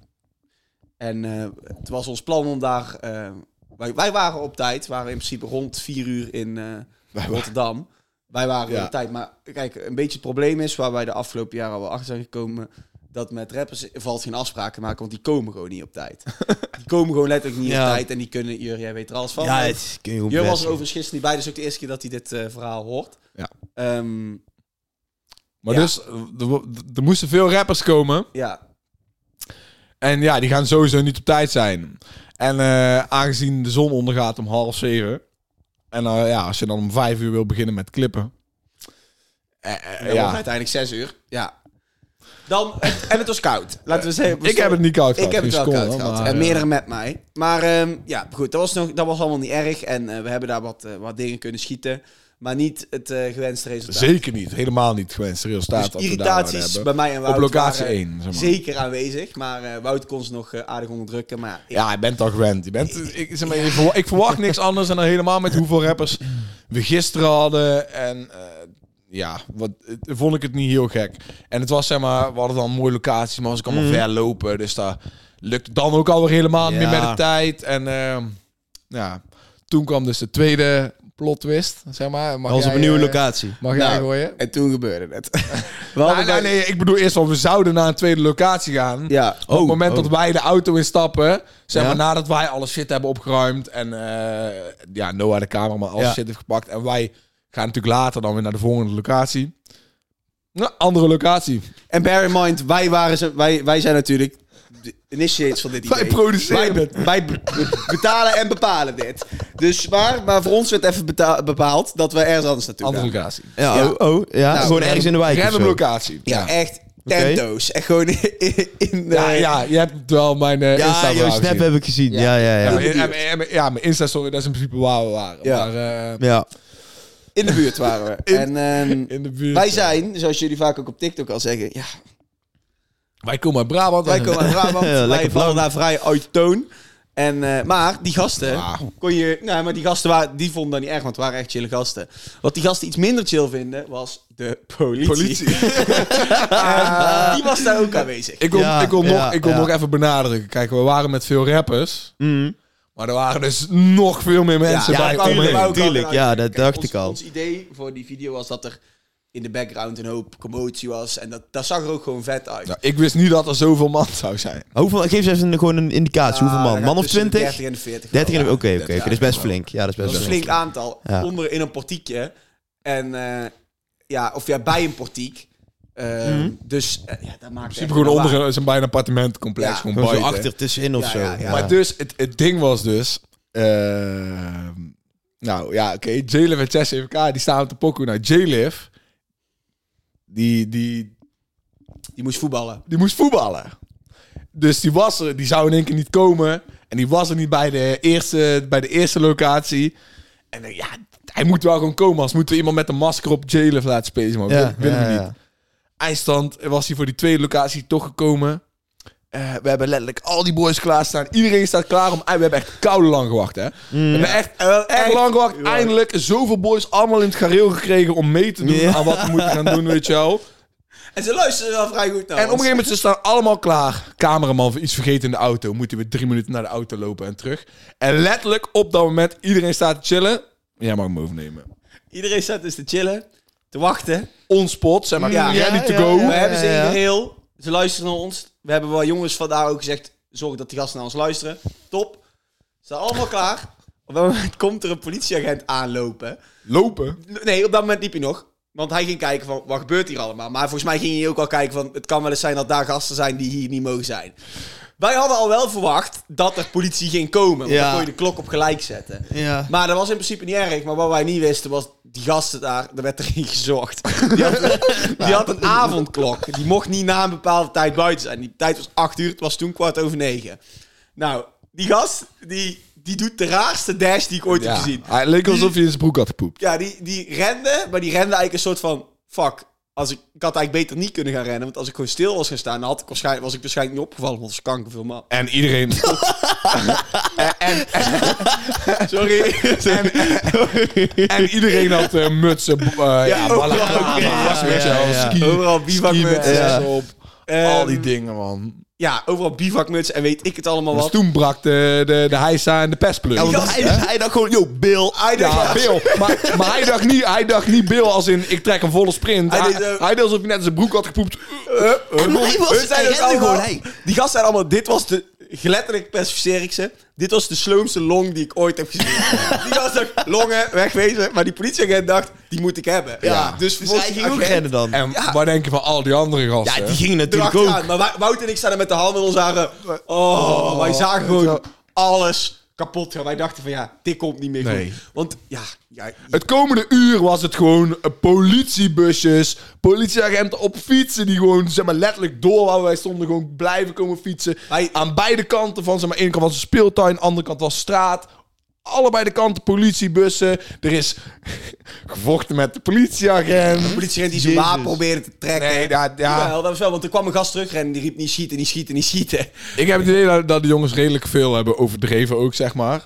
En eh, het was ons plan om daar... ehm, wij, wij waren op tijd. waren in principe rond vier uur in eh, Rotterdam. Wij waren Ja. op tijd. Maar kijk, een beetje het probleem is... waar wij de afgelopen jaren al wel achter zijn gekomen... dat met rappers valt geen afspraken te maken... want die komen gewoon niet op (laughs) tijd. die komen gewoon letterlijk niet Ja. op tijd. En die kunnen... Jur, jij weet er alles van. Ja, maar- het kun je goed Jur was er best- overigens gisteren niet bij, dus ook de eerste keer dat hij dit eh, verhaal hoort. Ja. Ehm, Maar Ja. eh, dus, er, er moesten veel rappers komen. ja. En ja, die gaan sowieso niet op tijd zijn. En eh, aangezien de zon ondergaat om half zeven. En eh, ja, als je dan om vijf uur wil beginnen met klippen. eh, eh, En dan wordt ja. het uiteindelijk zes uur. Ja. Dan, en het was koud. (laughs) Laten we zeggen. Ik heb het niet koud gehad. Ik heb het geen wel koud seconde, gehad. maar, en eh, meerdere met mij. Maar ehm, ja, goed. Dat was, nog, dat was allemaal niet erg. En eh, we hebben daar wat, eh, wat dingen kunnen schieten. Maar niet het eh, gewenste resultaat. Zeker niet. Helemaal niet gewenst resultaat. dat Dus we daar aan irritaties hebben. bij mij en Wout Op locatie waren 1. Zeg maar. zeker aanwezig. Maar eh, Wout kon ze nog eh, aardig onderdrukken. Maar ja, Ja, je bent al gewend. Je bent, ik, zeg maar, je verwa- ik verwacht niks anders en dan helemaal met hoeveel rappers we gisteren hadden. En eh, ja, wat, eh, vond ik het niet heel gek. En het was zeg maar, we hadden dan mooie locaties, maar was ik Mhm. allemaal ver lopen. Dus daar lukte dan ook alweer helemaal niet meer Ja. met de tijd. En ehm, ja, toen kwam dus de tweede plot twist, zeg maar. Mag Dat was op jij, een nieuwe eh, locatie. Mag jij Nou, gooien? en toen gebeurde het. (laughs) We Nee, hadden nee, bij- nee, ik bedoel eerst wel, we zouden naar een tweede locatie gaan. Ja. Op het Oh, moment oh. dat wij de auto instappen, zeg Ja. maar nadat wij alle shit hebben opgeruimd en eh, ja, Noah de cameraman alles Ja. shit heeft gepakt en wij gaan natuurlijk later dan weer naar de volgende locatie. Nou, andere locatie. En bear in mind, wij, waren ze, wij, wij zijn natuurlijk de initiators van dit idee. Wij produceren Wij, het. be- wij be- be- betalen en bepalen dit. Dus maar, maar voor ons werd even beta- bepaald dat we ergens anders naartoe Andere gaan. locatie. Ja, Ja. Oh, oh, ja. Nou, gewoon ergens in de wijk. of Random zo. locatie. Ja, ja. echt tento's. Echt gewoon in, in eh, de... Ja, ja, je hebt wel mijn eh eh, Ja, Insta jouw snap gezien. heb ik gezien. Ja, ja, Ja, ja. mijn- ja, mijn- ja, mijn- ja, mijn Insta, sorry, dat is in principe waar we waren. Ja. Maar eh, Ja. in de buurt waren we. In- en ehm, in de buurt. wij zijn, zoals jullie vaak ook op TikTok al zeggen... Ja, Wij komen uit Brabant. wij komen uit Brabant. (laughs) Ja, wij lekker vallen blank. daar vrij uit toon. En, eh, maar die gasten Ah. kon je... Nou, maar die gasten waren, die vonden dat niet erg, want het waren echt chille gasten. Wat die gasten iets minder chill vinden, was de politie. (laughs) (laughs) politie. En die was daar ook aanwezig. Ik wil, Ah. Ja, ik wil, ja, nog, ik wil ja. Mm. nog even benadrukken. Kijk, we waren met veel rappers. Maar er waren dus nog veel meer mensen Ja, bij tuurlijk, omheen. wou ik- tuurlijk. Ja, dat dacht ons, ik al. Ons idee voor die video was dat er in de background een hoop commotie was. En dat, dat zag er ook gewoon vet uit. Ja, ik wist niet dat er zoveel man zou zijn. Hoeveel, geef ze even een, gewoon een indicatie. Ah, Hoeveel dat man? gaat Man of tussen de 20? 30 en de 40. 30 en wel, oké, ja. oké, Dus oké. Ja, Dat is best flink. Ja, dat is best Dat is een wel flink aantal. Ja. Onder in een portiekje. En eh, ja, of ja, bij een portiek. Eh, Dus eh, ja, dat maakt In principe gewoon onder een- zijn bijna appartementencomplex. Ja. Gewoon Gewoon zo buiten. achter tussenin of Ja, zo. ja, ja. Maar dus, het, het ding was dus... eh, nou ja, oké. J-Liv en Chess EVK, die staan op de pokoe. Nou, J-Liv, die, die, Die moest voetballen. die moest voetballen. Dus die was er, die zou in één keer niet komen. En die was er niet bij de eerste, bij de eerste locatie. En eh, ja, hij moet wel gewoon komen. Als moeten we iemand met een masker op Jalen laten spelen. Maar Ja, dat willen ja, we ja. niet. Eindstand was hij voor die tweede locatie toch gekomen. Eh, we hebben letterlijk al die boys klaarstaan. Iedereen staat klaar om... en We hebben echt koude lang gewacht, hè? Mm. we hebben echt, eh, echt, lang gewacht. Eindelijk zoveel boys allemaal in het gareel gekregen om mee te doen Ja. aan wat we moeten gaan doen, weet je wel. En ze luisterden wel vrij goed En naar op een ons. gegeven moment ze staan allemaal klaar. Cameraman iets vergeten in de auto. Moet hij weer drie minuten naar de auto lopen en terug. En letterlijk op dat moment iedereen staat te chillen. Jij mag hem overnemen. Iedereen zat dus te chillen. Te wachten. Onspot, zeg maar. Ja. Mm, ready Ja, to ja, go. We hebben ze in ja, ja. geheel. Ze luisteren naar ons. We hebben wel jongens vandaar ook gezegd... zorg dat die gasten naar ons luisteren. Top. Ze zijn allemaal klaar. Op dat (laughs) moment komt er een politieagent aanlopen. Lopen. Nee, op dat moment liep hij nog. Want hij ging kijken van, wat gebeurt hier allemaal? Maar volgens mij ging hij ook al kijken van... het kan wel eens zijn dat daar gasten zijn die hier niet mogen zijn. Wij hadden al wel verwacht dat er politie ging komen. Want Ja. dan kon je de klok op gelijk zetten. Ja. Maar dat was in principe niet erg. Maar wat wij niet wisten was, die gasten daar, daar werd er in gezocht. (laughs) Die had, die had een avondklok. Die mocht niet na een bepaalde tijd buiten zijn. Die tijd was acht uur, het was toen kwart over negen. Nou, die gast, die, die doet de raarste dash die ik ooit Ja. heb gezien. Hij leek alsof hij in zijn broek had gepoept. Ja, die, die rende, maar die rende eigenlijk een soort van... Fuck, als ik, ik had eigenlijk beter niet kunnen gaan rennen. Want als ik gewoon stil was gaan staan, dan had ik waarschijnlijk, was ik waarschijnlijk niet opgevallen. Want ze kanker veel (laughs) man. En iedereen... Sorry. (laughs) en iedereen had eh, mutsen, eh ja, overal. balaclava's, weet je wel, Ja, ja. ski- Overal bivakmuts. skimutsen Ja. op. Ehm, al die dingen, man. (laughs) Ja, overal bivakmuts en weet ik het allemaal Dus wat. toen brak de, de, de hijsa en de pestplug. Ja, want hij, hij dacht gewoon, yo, Bill. Hij dacht, Ja, Bill. Maar, maar hij, dacht niet, hij dacht niet Bill als in ik trek een volle sprint. Hij Hij, deed zo- hij deed alsof hij net zijn broek had gepoept. Hup, hup, hij was- hun zijn hij ook rende allemaal- gewoon, hij- Die gasten zijn allemaal... Dit was de Letterlijk specificeer ik ze. Dit was de sloomste long die ik ooit heb (laughs) gezien. die was ook longen wegwezen. Maar die politieagent dacht, die moet ik hebben. Ja. Dus, Dus volgens hij die ging ook eh, agent rennen dan. En wat denk je van al die andere gasten? Ja, die gingen natuurlijk ook. Erachteraan. Maar Wou- Wout en ik staan er met de handen in ons haren. Oh, wij zagen gewoon alles kapot gaan. Wij dachten van ja, dit komt niet meer goed. Nee. Want ja, ja Het komende uur was het gewoon eh, politiebusjes, politieagenten op fietsen die gewoon zeg maar, letterlijk door waar wij stonden gewoon blijven komen fietsen. Wij- Aan beide kanten van, zeg maar, ene kant was een speeltuin, andere kant was straat. Allebei de kanten politiebussen. Er is (laughs) gevochten met de de politieagent. politieagent die zijn Jezus. wapen probeerde te trekken. Nee, ja, ja. Jawel, dat was wel, want er kwam een gast terug en die riep niet schieten, niet schieten, niet schieten. Ik heb het idee dat, dat de jongens redelijk veel hebben overdreven ook, zeg maar.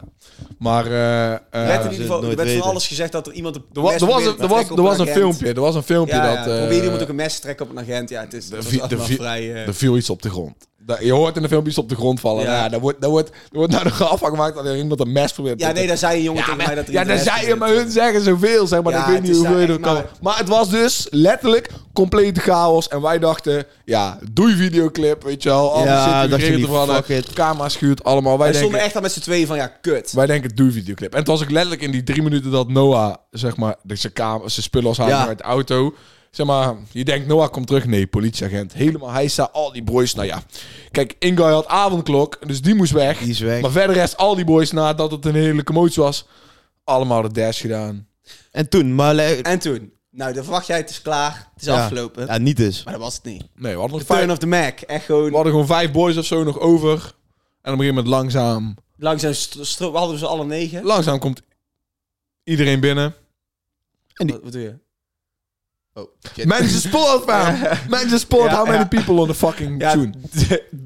Maar eh, eh, Let in ze ieder geval, nooit er werd van weten. alles gezegd dat er iemand op er, wa- er was, een- er, was, er was een filmpje. Er was een filmpje Ja, ja, dat... eh, probeerde iemand ook een mes te trekken op een agent. Ja, het is dat Er was vi- allemaal er vi- vrij... eh, Er viel iets op de grond. Da- Je hoort in de film iets op de grond vallen. Ja. Nou Ja. daar, wordt, daar, wordt, daar wordt naar de graf gemaakt dat er iemand een mes probeert. ja, te- nee, daar zei een jongen ja, tegen mij maar, dat er ja, iemand daar een mes zei je, maar probeerde hun zeggen zoveel, zeg maar. Ja, ik weet het niet is hoeveel je daar er echt kan... maar- Maar het was dus letterlijk complete chaos. En wij dachten, ja, doei videoclip, weet je wel. Al Ja, die shit dachten die jullie, ervan, fuck it. Camera schuurt allemaal. Wij te- We stonden denken, echt al met z'n tweeën van, ja, kut. wij denken, doei videoclip. En het was ook letterlijk in die drie minuten dat Noah, zeg maar, de- zijn, kamer, zijn spullen was halen Ja. uit de auto. Zeg maar, je denkt, Noah komt terug. Nee, politieagent. Helemaal hij staat al die boys. Nou ja, kijk, Ingai had avondklok, dus die moest weg. Die is weg. Maar verder rest al die boys, nadat het een hele commotie was, allemaal de dash gedaan. En toen, maar... le- En toen, nou, dan verwacht jij, het is klaar. Het is ja. afgelopen. Ja, niet dus. Maar dat was het niet. Nee, we hadden, nog vijf, Turn of the Mac. Echt we gewoon hadden gewoon vijf boys of zo nog over. En op een gegeven moment langzaam, langzaam stro- stro- we hadden ze alle negen. langzaam komt iedereen binnen. Wat, wat doe je? Oh, Mensen sport, man! Mensen sport, Ja, how many ja. people on the fucking (laughs) tune?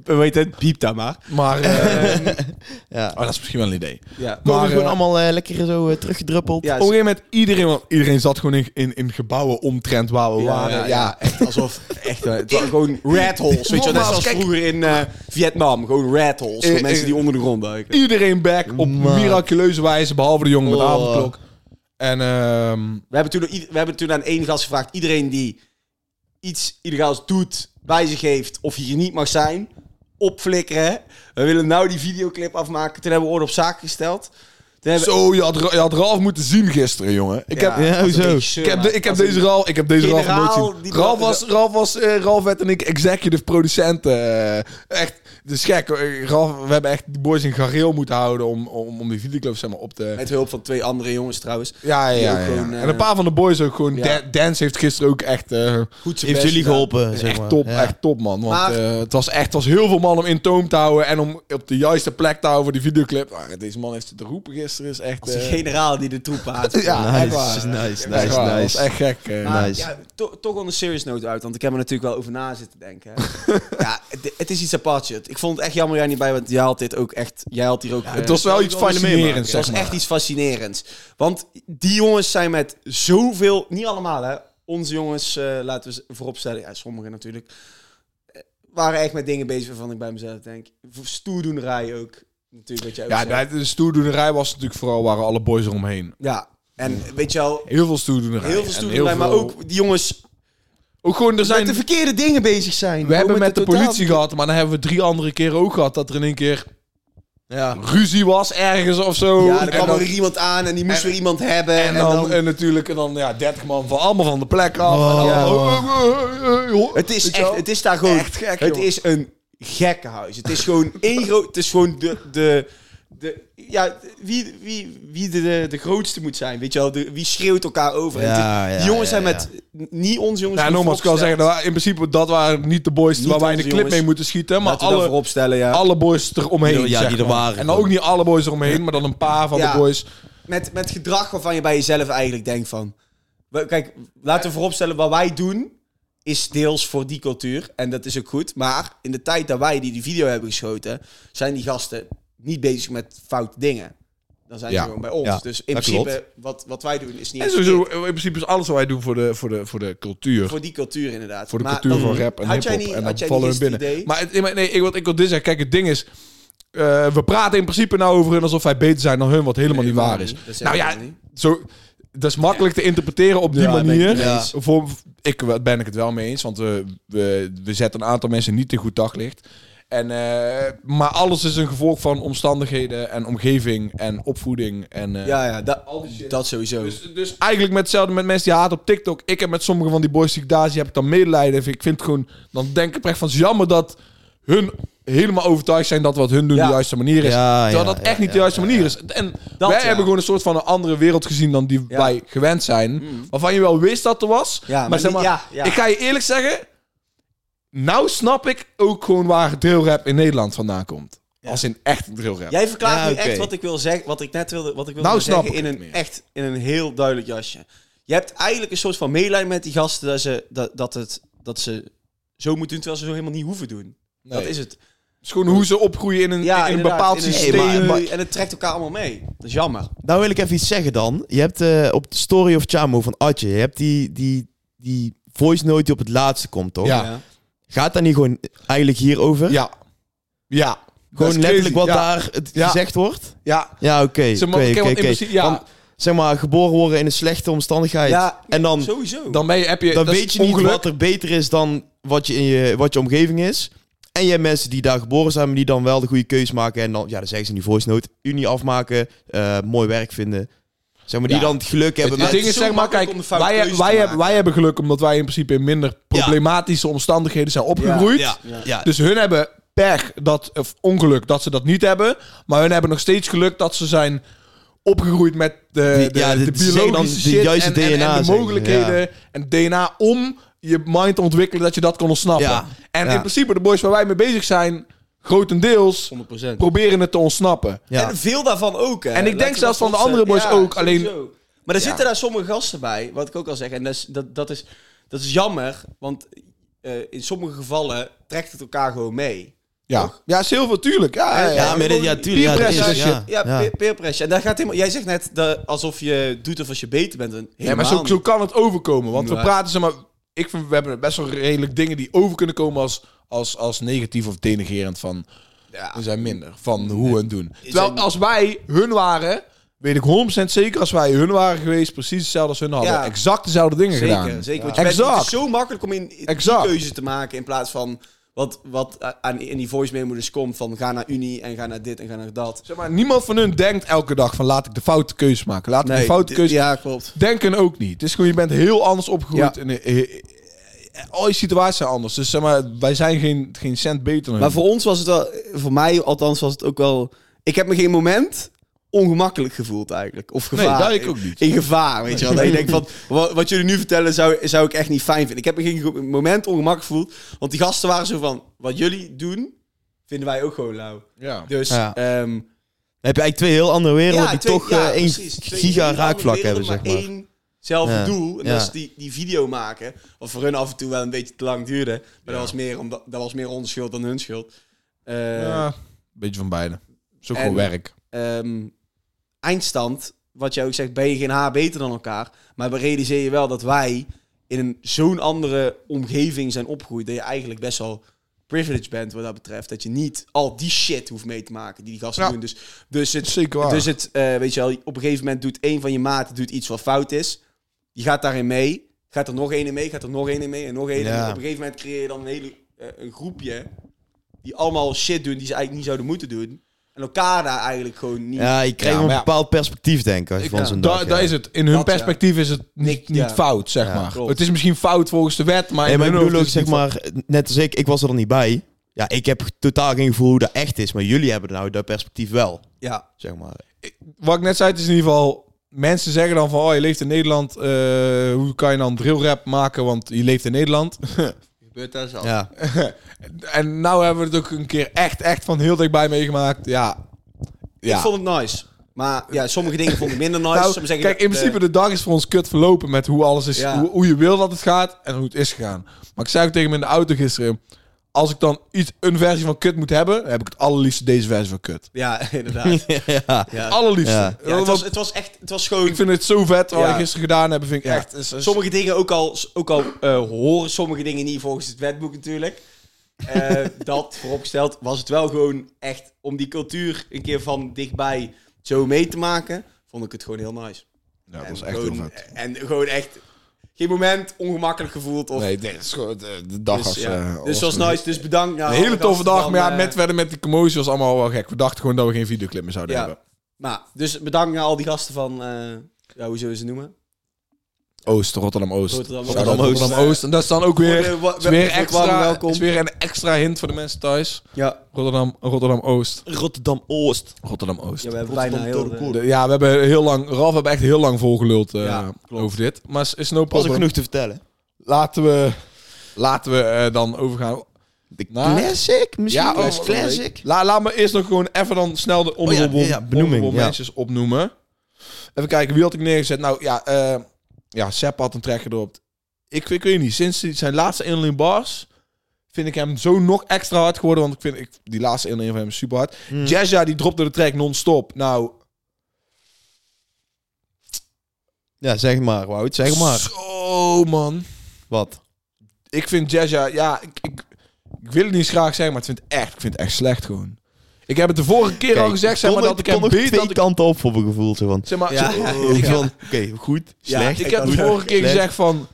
weet het, piep daar maar. Maar... (laughs) eh, Ja. Oh, dat is misschien wel een idee. Ja. Maar, Komen gewoon eh, allemaal eh, lekker zo eh, teruggedruppeld. Ja, Op een gegeven moment, iedereen, want iedereen zat gewoon in, in, in gebouwen omtrent waar we waren. Ja, echt alsof, echt, eh, het waren gewoon rat holes. Weet je wel, net Nogmaals, zoals kijk. vroeger in eh, Vietnam. Gewoon rat holes. Gewoon Eh, mensen eh, die onder de grond duiken. Iedereen back op Man. miraculeuze wijze, behalve de jongen met de Oh. avondklok. En ehm, We hebben, toen, we hebben toen aan één gast gevraagd, iedereen die iets illegaals doet, bij zich heeft of hier niet mag zijn, opflikkeren. hè. We willen nou die videoclip afmaken. Toen hebben we orde op zaak gesteld. Toen hebben zo, je had, Ra- je had Ralf moeten zien gisteren, jongen. Ik heb, Ja, hoezo? ik heb, de- ik heb deze Ralf, ik heb deze Ralf generaal nooit zien. die- Ralf was, Ralf was, eh, Ralf werd en ik executive producenten. eh, echt, het is gek. hoor. Ralf, we hebben echt die boys in gareel moeten houden om, om, om die videoclips zeg maar, op te... Met hulp van twee andere jongens trouwens. Ja, ja, Die ja. ook ja. gewoon, eh, en een paar van de boys ook gewoon. ja. Dan- Dance heeft gisteren ook echt. eh, Goed zijn Heeft best jullie gedaan. geholpen, zeg maar. echt top, Ja. echt top, man. Want Maar- eh, het was echt het was heel veel man om in toom te houden. En om op de juiste plek te houden voor die videoclip. Ah, deze man heeft het te roepen gisteren. Is echt. Als een eh, generaal die de troepen (laughs) haat. ja, echt waar. Nice, nice, Echt nice, waar. Dat was nice. echt gek. eh. Maar Nice. Ah, ja, to- toch on een serious note uit, want ik heb er natuurlijk wel over na zitten denken. (laughs) hè. ja, het, het is iets aparts. shit. Ik vond het echt jammer jij niet bij, want jij had dit ook echt. Jij had hier ook. eh, het was wel iets fascinerends, Het was zeg maar. echt iets fascinerends. Want die jongens zijn met zoveel, niet allemaal hè. Onze jongens, eh, laten we ze vooropstellen, ja, sommigen natuurlijk, eh, waren echt met dingen bezig waarvan ik bij mezelf denk. Stoerdoenerij ook. Natuurlijk, wat jij ook Ja, zegt. de, de stoerdoenerij was natuurlijk vooral waren alle boys eromheen. ja, en weet je wel, Heel veel stoerdoenerij. heel En veel stoerdoenerij, maar ook die jongens ook gewoon, er zijn, met de verkeerde dingen bezig zijn. we Ook hebben met de, totaal- politie gehad, maar dan hebben we drie andere keren ook gehad dat er in één keer Ja. ruzie was ergens of zo. Ja, En er kwam dan- er iemand aan en die moest weer iemand hebben. En, dan, Oh, en natuurlijk en dan ja, 30 man van allemaal van de plek af. En dan- Ja. oh, het, is Weet je wel? echt, het is daar gewoon... Echt gek, het joh. is een gekkenhuis. Het is gewoon één groot... Het is gewoon de... de de, ja, wie, wie, wie de- de, de grootste moet zijn, weet je wel. De, wie schreeuwt elkaar over. en Ja, die- ja, die jongens ja, zijn met... Niet ons jongens. Ja, die nogmaals, ik kan vooropstellen. zeggen, nou, dat waren- in principe dat waren niet de boys Niet waar wij in de onze clip jongens. mee moeten schieten. Maar Laten we dat alle, vooropstellen, ja. alle boys eromheen. Ja, die zeg er maar. waren En dan ook gewoon. niet alle boys eromheen, maar dan een paar van Ja. de boys. met, met gedrag waarvan je bij jezelf eigenlijk denkt van... we- Kijk, laten we vooropstellen, wat wij doen is deels voor die cultuur. En dat is ook goed. Maar in de tijd dat wij die, die video hebben geschoten... zijn die gasten niet bezig met foute dingen. Dan zijn Ja, ze gewoon bij ons. ja, dus in dat principe, wat, wat wij doen is niet... En eens sowieso, verkeerd. in principe is alles wat wij doen voor de, voor de, voor de cultuur. Voor die cultuur inderdaad. voor de Maar cultuur dan van rap en had jij hip-hop. niet- En had dan jij vallen niet we binnen. gisteren het Maar, idee- het- maar nee, ik, wat ik wil dit zeggen, kijk, het ding is. eh, we praten in principe nou over hun alsof wij beter zijn dan hun, wat helemaal niet waar helemaal is. niet. Dat zeg nou ik ja, helemaal niet. zo, dat is makkelijk te interpreteren op die Ja, ben ik manier. het mee eens. Voor, ik ben ik het wel mee eens, want we, we, we zetten een aantal mensen niet in goed daglicht. En, eh, maar alles is een gevolg van omstandigheden en omgeving en opvoeding. En, eh, Ja, ja, dat, die shit. dat sowieso. Dus, dus eigenlijk met hetzelfde met mensen die haat op TikTok. Ik heb met sommige van die boys die ik daar zie, heb ik dan medelijden. Ik vind het gewoon, dan denk ik echt van, het is jammer dat hun helemaal overtuigd zijn dat wat hun doen Ja. de juiste manier is. Ja, terwijl ja, dat ja, echt niet de ja, juiste manier is. En wij ja. hebben gewoon een soort van een andere wereld gezien dan die Ja. Mm. wij gewend zijn. Waarvan je wel wist dat er was. Ja, maar, maar zeg maar, niet- ja, ja. ik ga je eerlijk zeggen, nou snap ik ook gewoon waar drillrap in Nederland vandaan komt. Als in echt drillrap. Jij verklaart Ja, nu oké. echt wat ik wil zeggen, wat ik net wilde, wat ik wilde Nou snap zeggen ik in het een meer. echt in een heel duidelijk jasje. Je hebt eigenlijk een soort van medelijden met die gasten dat ze dat, dat het dat ze zo moeten doen terwijl ze zo helemaal niet hoeven doen. Nee. Dat is het. Het is gewoon hoe ze opgroeien in een, Ja, in een inderdaad, bepaald in een- systeem. Mm. Nee, maar- maar- en het trekt elkaar allemaal mee. Dat is jammer. Nou wil ik even iets zeggen dan. Je hebt eh, op de Story of Chamo van Atje, je hebt die, die, die voice note die op het laatste komt, toch? Ja. Gaat dat niet gewoon eigenlijk hierover? Ja. Ja. Dat is Gewoon letterlijk crazy. wat ja. daar het Ja. gezegd wordt? Ja. Ja, oké. oké, Zeg maar, oké, oké, want in oké. principe- ja. Want, zeg maar, geboren worden in een slechte omstandigheid. Ja, en dan, Sowieso. Dan ben je, heb je... dan dat is weet je niet ongeluk. wat er beter is dan wat je, in je, wat je omgeving is. En je hebt mensen die daar geboren zijn, maar die dan wel de goede keus maken. En dan, ja, dan zeggen ze in die voice note, Unie afmaken, eh, mooi werk vinden. Zeg maar, die Ja. dan het geluk hebben. Het met- ding is, het is zo zeg maar, makkelijk kijk, om de wij, foute wij, keuze te hebben, wij hebben geluk omdat wij in principe in minder problematische omstandigheden zijn opgegroeid. ja, ja. Dus hun hebben pech, dat, of ongeluk, dat ze dat niet hebben. Maar hun hebben nog steeds geluk dat ze zijn opgegroeid met de, Die- de, ja, de, de- biologische zeggen dan de shit juiste en, en- en DNA, zeg de maar, mogelijkheden ja. en DNA om je mind te ontwikkelen dat je dat kon ontsnappen. Ja, En ja. in principe, de boys waar wij mee bezig zijn, grotendeels 100%. proberen het te ontsnappen. ja. En veel daarvan ook. Hè. ik denk Laten we zelfs dat van de vast- andere boys ook, alleen- sowieso. Maar er zitten daar sommige gasten bij, wat ik ook al zeg. En dat is, dat, dat is, dat is jammer, want eh, in sommige gevallen trekt het elkaar gewoon mee. Ja, ja is heel veel, tuurlijk. Ja, Ah, ja, ja. Ja, maar dit, ja, tuurlijk. Ja, Peer dat is, pressure ja. Ja, Ja. peer- peer pressure. En daar gaat helemaal, jij zegt net dat alsof je doet of als je beter bent. En Nee, maar helemaal zo, zo kan het overkomen. Want we Ja. praten, zeg maar, ik vind, we hebben best wel redelijk dingen die over kunnen komen als, als, als negatief of denigerend van, Ja. we zijn minder, van hoe we het doen. Terwijl als wij hun waren, weet ik 100% zeker, als wij hun waren geweest, precies hetzelfde als hun hadden, Ja. exact dezelfde dingen Zeker, gedaan. zeker. Want je Ja. bent, Exact. het is zo makkelijk om in, in Exact. die keuze te maken in plaats van wat, wat a- aan, in die voice memo's komt van ga naar Unie en ga naar dit en ga naar dat. Zeg maar, niemand van hun denkt elke dag van, laat ik de foute keuze maken, laat ik de foute dit- keuze Ja, klopt. denken ook niet. Het is gewoon, je bent heel anders opgegroeid. Ja. En, eh, eh, eh, al je situaties zijn anders. Dus zeg maar, wij zijn geen, geen cent beter dan Maar hun. voor ons was het wel, voor mij althans was het ook wel. Ik heb me geen moment ongemakkelijk gevoeld eigenlijk. Of gevaar. dat ik ook niet. In gevaar, weet je (laughs) wel. Dat je denkt van, wat, wat jullie nu vertellen zou, zou ik echt niet fijn vinden. Ik heb me geen ge- moment ongemakkelijk gevoeld. Want die gasten waren zo van, wat jullie doen, vinden wij ook gewoon lauw. Ja. Dus, Ja. ehm, Dan heb je eigenlijk twee heel andere werelden die twee- toch ja, eh, één precies. Twee giga hele raakvlak andere hebben, werelden, zeg maar. maar één zelfde Ja. doel. En Ja. dat is die, die video maken. Wat voor hun af en toe wel een beetje te lang duurde. Maar dat, was meer omdat, dat was meer onze schuld dan hun schuld. Eh, Ja, beetje van beide. Zo En- gewoon werk. ehm, eindstand, wat jij ook zegt, ben je geen haar beter dan elkaar. Maar we realiseer je wel dat wij in een zo'n andere omgeving zijn opgegroeid. Dat je eigenlijk best wel privileged bent wat dat betreft. Dat je niet al die shit hoeft mee te maken die die gasten Ja. doen. Dus, dus het, Zeker waar. dus het eh, weet je wel, op een gegeven moment doet één van je maten doet iets wat fout is. Je gaat daarin mee. Gaat er nog één in mee, gaat er nog één in mee en nog één. Ja. En op een gegeven moment creëer je dan een hele eh, een groepje die allemaal shit doen die ze eigenlijk niet zouden moeten doen. En elkaar daar eigenlijk gewoon niet. Ja, je krijgt Ja, een maar ja. bepaald perspectief, denk ik, als je van ja. zo'n Da- dag... Daar ja. is het. In hun Dat, ja. perspectief is het niet, Niks, niet ja. fout, zeg Ja, maar. klopt. Het is misschien fout volgens de wet, maar... Nee, in maar ik hun bedoel ook, hoofd is het zeg dus niet maar, net als ik, ik was er dan niet bij. Ja, ik heb totaal geen gevoel hoe dat echt is, maar jullie hebben nou dat perspectief wel, Ja. zeg maar. fout. Wat ik net zei, het is in ieder geval... Mensen zeggen dan van, oh, je leeft in Nederland. eh, hoe kan je dan drillrap maken, want je leeft in Nederland. Gebeurt daar zo. Ja, en nou hebben we het ook een keer echt, echt van heel dichtbij meegemaakt. Ja. Ik vond het nice. Maar ja, sommige dingen vond ik minder nice. Nou, Sommigen zeggen kijk, in dat, principe eh, de dag is voor ons kut verlopen met hoe alles is, Ja. hoe, hoe je wil dat het gaat en hoe het is gegaan. Maar ik zei ook tegen hem in de auto gisteren, als ik dan iets, een versie van kut moet hebben, dan heb ik het allerliefste deze versie van kut. eh, Ja, (laughs) inderdaad. ja. Ja. Allerliefste. Ja. Ja, het, Want was, het was echt, het was gewoon... ik vind het zo vet wat Ja. we gisteren gedaan hebben, vind ik echt. dus- is- is- Sommige dingen ook al, ook al eh, horen sommige dingen niet volgens het wetboek natuurlijk. (laughs) Eh, dat vooropgesteld was het wel gewoon echt om die cultuur een keer van dichtbij zo mee te maken. Vond ik het gewoon heel nice. ja, dat En was echt heel gewoon- vet. En gewoon echt geen moment ongemakkelijk gevoeld. Of, Nee, dit is gewoon de, de dag dus, als... ja. eh, dus als- was nice. Dus bedankt. Nou, Een hele toffe dag, maar ja, eh, met verder met de commotie was allemaal wel gek. We dachten gewoon dat we geen videoclip meer zouden Ja. hebben. Maar, dus bedankt naar al die gasten van, eh, ja, hoe zullen we ze noemen? Oost, Rotterdam-Oost. Rotterdam-Oost. Rotterdam-Oost. Rotterdam-Oost. En dat is dan ook weer, Voor de- wa- is weer, wa- extra, welkom. is weer een extra hint voor de mensen thuis. Ja, Rotterdam, Rotterdam-Oost. Rotterdam-Oost. Rotterdam-Oost. ja we hebben bijna heel... de- De- Ja, we hebben heel lang... Ralf hebben echt heel lang volgeluld eh, Ja, over dit. Maar is, is no Was problem. ook genoeg te vertellen. Laten we, laten we eh, dan overgaan. De Nou, classic? Misschien ja, ja, oh, classic? La, laat me eerst nog gewoon even dan snel de honorable, Oh ja, ja, benoeming, honorable ja. mentions opnoemen. Even kijken, wie had ik neergezet? Nou ja, eh ja Sepp had een track gedropt. Ik, ik weet niet, sinds die- zijn laatste inline bars vind ik hem zo nog extra hard geworden. Want ik vind ik, die laatste inline van hem is super hard. Hmm. Jazza die dropte de track non-stop. Nou, Ja, zeg maar, Wout. Zeg maar. zo man. Wat? Ik vind Jazza, ja, ik, ik, ik wil het niet eens graag zeggen, maar het vind het echt, ik vind het echt slecht gewoon. Ik heb het de vorige keer al gezegd, zeg maar, dat ik hem nog beter... twee Dat ik, kanten op voor mijn gevoel. Zo van, zeg maar, Ja. zo- oh, ik van, oké, goed, Ja, slecht. Ik heb kan de het vorige keer Slecht. gezegd van...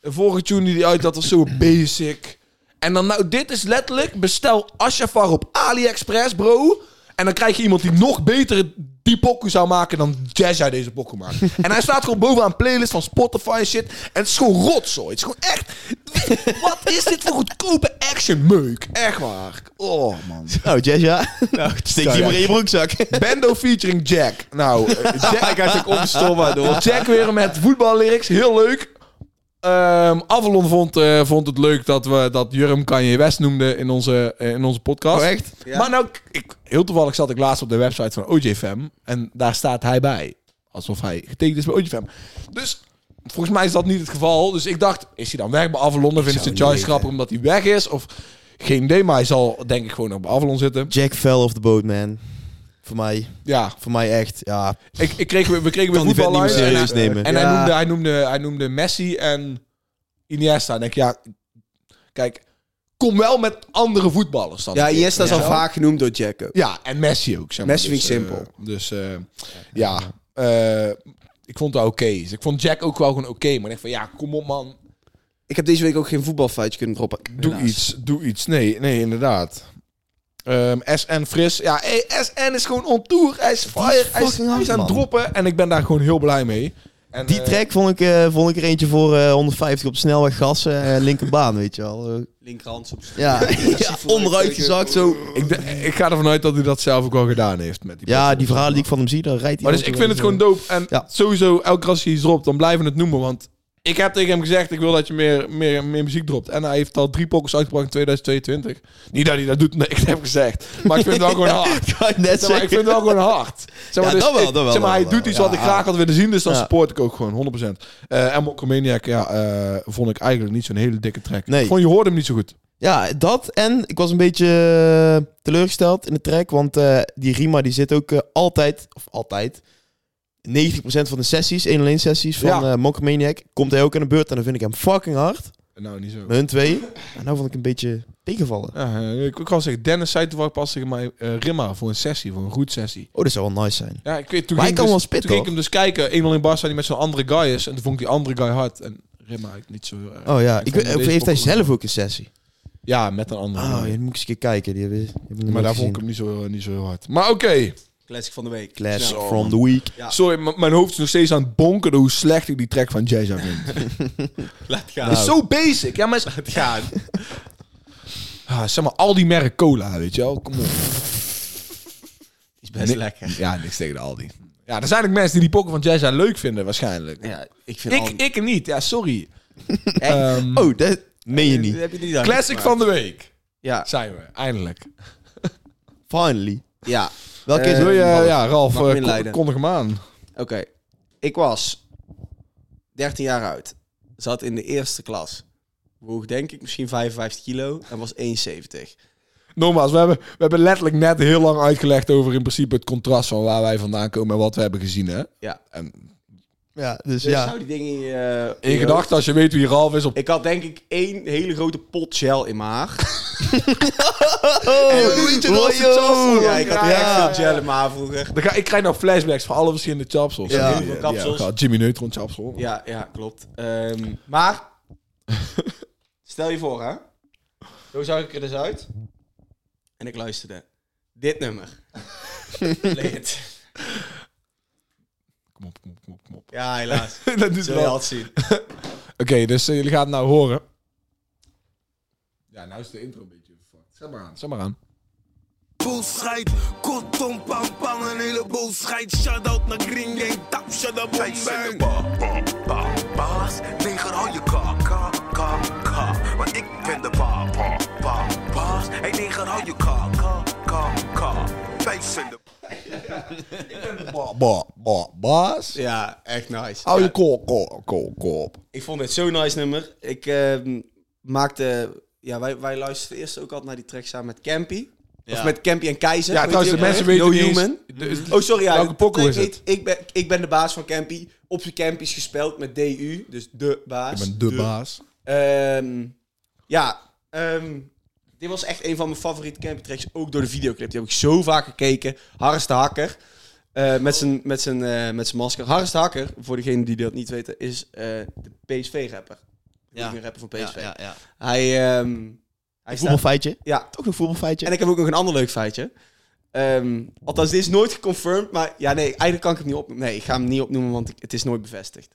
De vorige tune die die uit had was zo basic. En dan nou, dit is letterlijk... Bestel Ashafar op AliExpress, bro. En dan krijg je iemand die nog beter die pokoe zou maken dan Jazz uit deze pokoe maakt. (laughs) en hij staat gewoon bovenaan playlist van Spotify en shit. En het is gewoon rotzooi. Het is gewoon echt... (laughs) Wat is dit voor goedkope action meuk? Echt waar. Oh, man. Nou, (laughs) Jazza, steek die ja. maar in je broekzak. (laughs) Bendo featuring Jack. Nou, (laughs) eh, Jack... Hij gaat zich (laughs) opstommen door. Jack weer met voetballyrics. Heel leuk. Ehm Avalon vond, eh, vond het leuk dat we dat Jurm Kanye West noemde in onze, eh, in onze podcast. Oh, echt? Ja. Maar nou, ik, heel toevallig zat ik laatst op de website van OJFM. En daar staat hij bij. Alsof hij getekend is bij OJFM. Dus volgens mij is dat niet het geval. Dus ik dacht, is hij dan weg bij Avalon? Dan vinden ze het juist grappig omdat hij weg is? Of geen idee, maar hij zal denk ik gewoon nog bij Avalon zitten. Jack fell off the boat, man. Voor mij, Ja, voor mij echt, ja. ik, ik kreeg, weer- we kregen weer Kan die vet niet meer voetballijst. en hij- serieus nemen. En hij, Ja. noemde, hij, noemde, hij noemde Messi en Iniesta. En ik, ja, kijk, kom wel met andere voetballers dan. Ja, Iniesta is al Ja. vaak genoemd door Jack. ook. Ja, en Messi ook. Zeg maar. Messi Dus, vind ik eh, simpel. dus eh, ja, eh, ik vond het wel oké. Dus ik vond Jack ook wel gewoon oké. maar ik dacht van, ja, kom op man. Ik heb deze week ook geen voetbalfeitje kunnen droppen. Doe Helaas. iets, doe iets. Nee, nee, inderdaad. Ehm, SN Fris. Ja, hey, SN is gewoon on tour. Hij is fire. Hij is, fucking hij is hard, aan het man. droppen. En ik ben daar gewoon heel blij mee. En, Die eh, track vond ik, eh, vond ik er eentje voor eh, 150 op de snelweg gassen, eh, linkerbaan, weet je wel. Eh, Linkerhands op zijn (laughs) ja, ja (laughs) onderuit gezakt, zo. Ik, de- ik ga ervan uit dat hij dat zelf ook al gedaan heeft. Met die Ja, podcast. die verhalen die ik van hem zie, dan rijdt hij... Maar dus ik vind het eh. gewoon dope. En Ja. sowieso, elke keer als hij iets dropt, dan blijven we het noemen. Want ik heb tegen hem gezegd, ik wil dat je meer, meer, meer muziek dropt. En hij heeft al drie pokkers uitgebracht in 2022. Niet dat hij dat doet, (laughs) nee, ik heb gezegd. Maar ik vind het wel gewoon (laughs) hard. Ik wou Zeg net maar, ik zeggen. vind het wel gewoon hard. Zeg maar, Ja, dus dat wel, ik- dat wel, zeg maar dat hij wel, doet iets wat ja. ik graag had willen zien, dus dan Ja. support ik ook gewoon 100%. Eh en Mokromaniac, ja, eh, vond ik eigenlijk niet zo'n hele dikke track. Nee. Gewoon, je hoorde hem niet zo goed. Ja, dat en ik was een beetje eh, teleurgesteld in de track, want eh, die Rima die zit ook eh, altijd, of altijd, 90% van de sessies, 1 alleen sessies van Ja. ja. Maniac, komt hij ook aan de beurt en dan vind ik hem fucking hard, Nou, niet zo. met hun (laughs) twee. En nou vond ik een beetje tegenvallen. Ja, eh, ik ik kan zeggen, Dennis zei toevallig pas tegen mij, eh, Rimma, voor een sessie, voor een goed sessie. Oh, dat zou wel nice zijn. Ja, ik weet, toen Maar ging hij kan ik wel dus, spitten, Toen ging ik hoor. hem dus kijken, eenmaal in Barca die met zo'n andere guy is, en toen vond ik die andere guy hard. En Rimma eigenlijk niet zo heel erg. Oh ja, ik, vond weet- of deze heeft hij ook wel- zelf ook een sessie? Ja, met een andere. Oh, guy. ja, dan moet ik eens een keer kijken. Die hebben, die hebben we Maar nog nooit daar vond gezien. ik hem niet zo, niet zo heel hard. Maar oké, Classic van de week. Class Snel. from the week. Ja. sorry, m- mijn hoofd is nog steeds aan het bonken door hoe slecht ik die track van Jazza vind. Het Laat gaan. is zo basic. Ja, maar is- (laughs) Laat gaan. Ah, zeg maar, al die merken cola, weet je wel. Kom op. Is best Nee. lekker. Ja, niks tegen de Aldi. Ja, er zijn ook mensen die die pokken van Jazza leuk vinden, waarschijnlijk. Ja, ik vind al... Ik, ik niet, ja, (laughs) sorry. Ehm, Oh, dat meen je niet. Heb je die dan Classic van gemaakt? de week. Ja. Zijn we, eindelijk. Finally. Ja. Welke Eh, is Wil het? je, Ralf, ja, Ralf, mag eh, me kon- inleiden. kondig hem aan. Oké. Ik was 13 jaar oud. Zat in de eerste klas. Woog denk ik misschien 55 kilo en was 1,70. Nogmaals, we hebben, we hebben letterlijk net heel lang uitgelegd over in principe het contrast van waar wij vandaan komen en wat we hebben gezien. Hè? Ja. En Ja, dus Dus ja. zou die dingen in je- In gedachten, als je weet wie Ralf is op... Ik had denk ik één hele grote pot gel in mijn haar. Oh, Oh, weet je dat, joh? ja, ik had Ja. echt veel gel in mijn haar vroeger. Dan ga, ik krijg nou flashbacks van alle verschillende chapsels. Ja. Die- die- die- Kapsels. ja, Jimmy Neutron chapsel. Ja, ja, klopt. Ehm, maar, stel je voor hè. Zo zag ik er dus uit. En ik luisterde. Dit nummer. Play it. Kom op, kom op, kom op, kom op. Ja, helaas. (laughs) Dat doet Zul wel. je Oké, altijd zien. dus eh, jullie gaan het nou horen. Ja, nou is de intro een beetje fucked. Zet maar aan, zet maar aan. boel schijt. Kortom, pam pam, een heleboel schijt. Shout-out naar Green Gang, tap, shut-up, bang bang. Ba, ba, baas, neger, hou je ka, ka, ka, ka. Want ik ben de ba, ba, ba, baas. Hey neger, hou je ka, ka, ka, ka. Vijf in de Ba, ba, ba, baas. Ja, echt nice. Hou Ja, Oh, je kop, kop, kop, kop. Ik vond dit zo'n nice nummer. Ik ehm, maakte... Ja, wij, wij luisterden eerst ook altijd naar die track samen met Campy. Of met Campy en Keizer. Ja, Weet trouwens, je de wel? mensen weten No niet eens- Human. de- Oh, sorry. Ja, Welke pokoe is het? Ik, ben, ik ben de baas van Campy. Op zijn Campy's gespeeld met DU. Dus de Ik baas. ben de baas. Ehm, ja, ehm, dit was echt een van mijn favoriete camping tracks. Ook door de videoclip. Die heb ik zo vaak gekeken. Harris de Hakker. eh, met zijn met zijn, eh, met zijn masker. Harris de Hakker, voor degenen die dat niet weten, is eh, de PSV-rapper. Ja. Een rapper van PSV. Ja, ja, Hij, ehm hij staat... Voetbalfeitje. Ja, Toch een voetbalfeitje. en ik heb ook nog een ander leuk feitje. Ehm, althans, dit is nooit geconfirmed, maar ja, nee, eigenlijk kan ik het niet opnoemen. Nee, ik ga hem niet opnoemen, want ik- het is nooit bevestigd.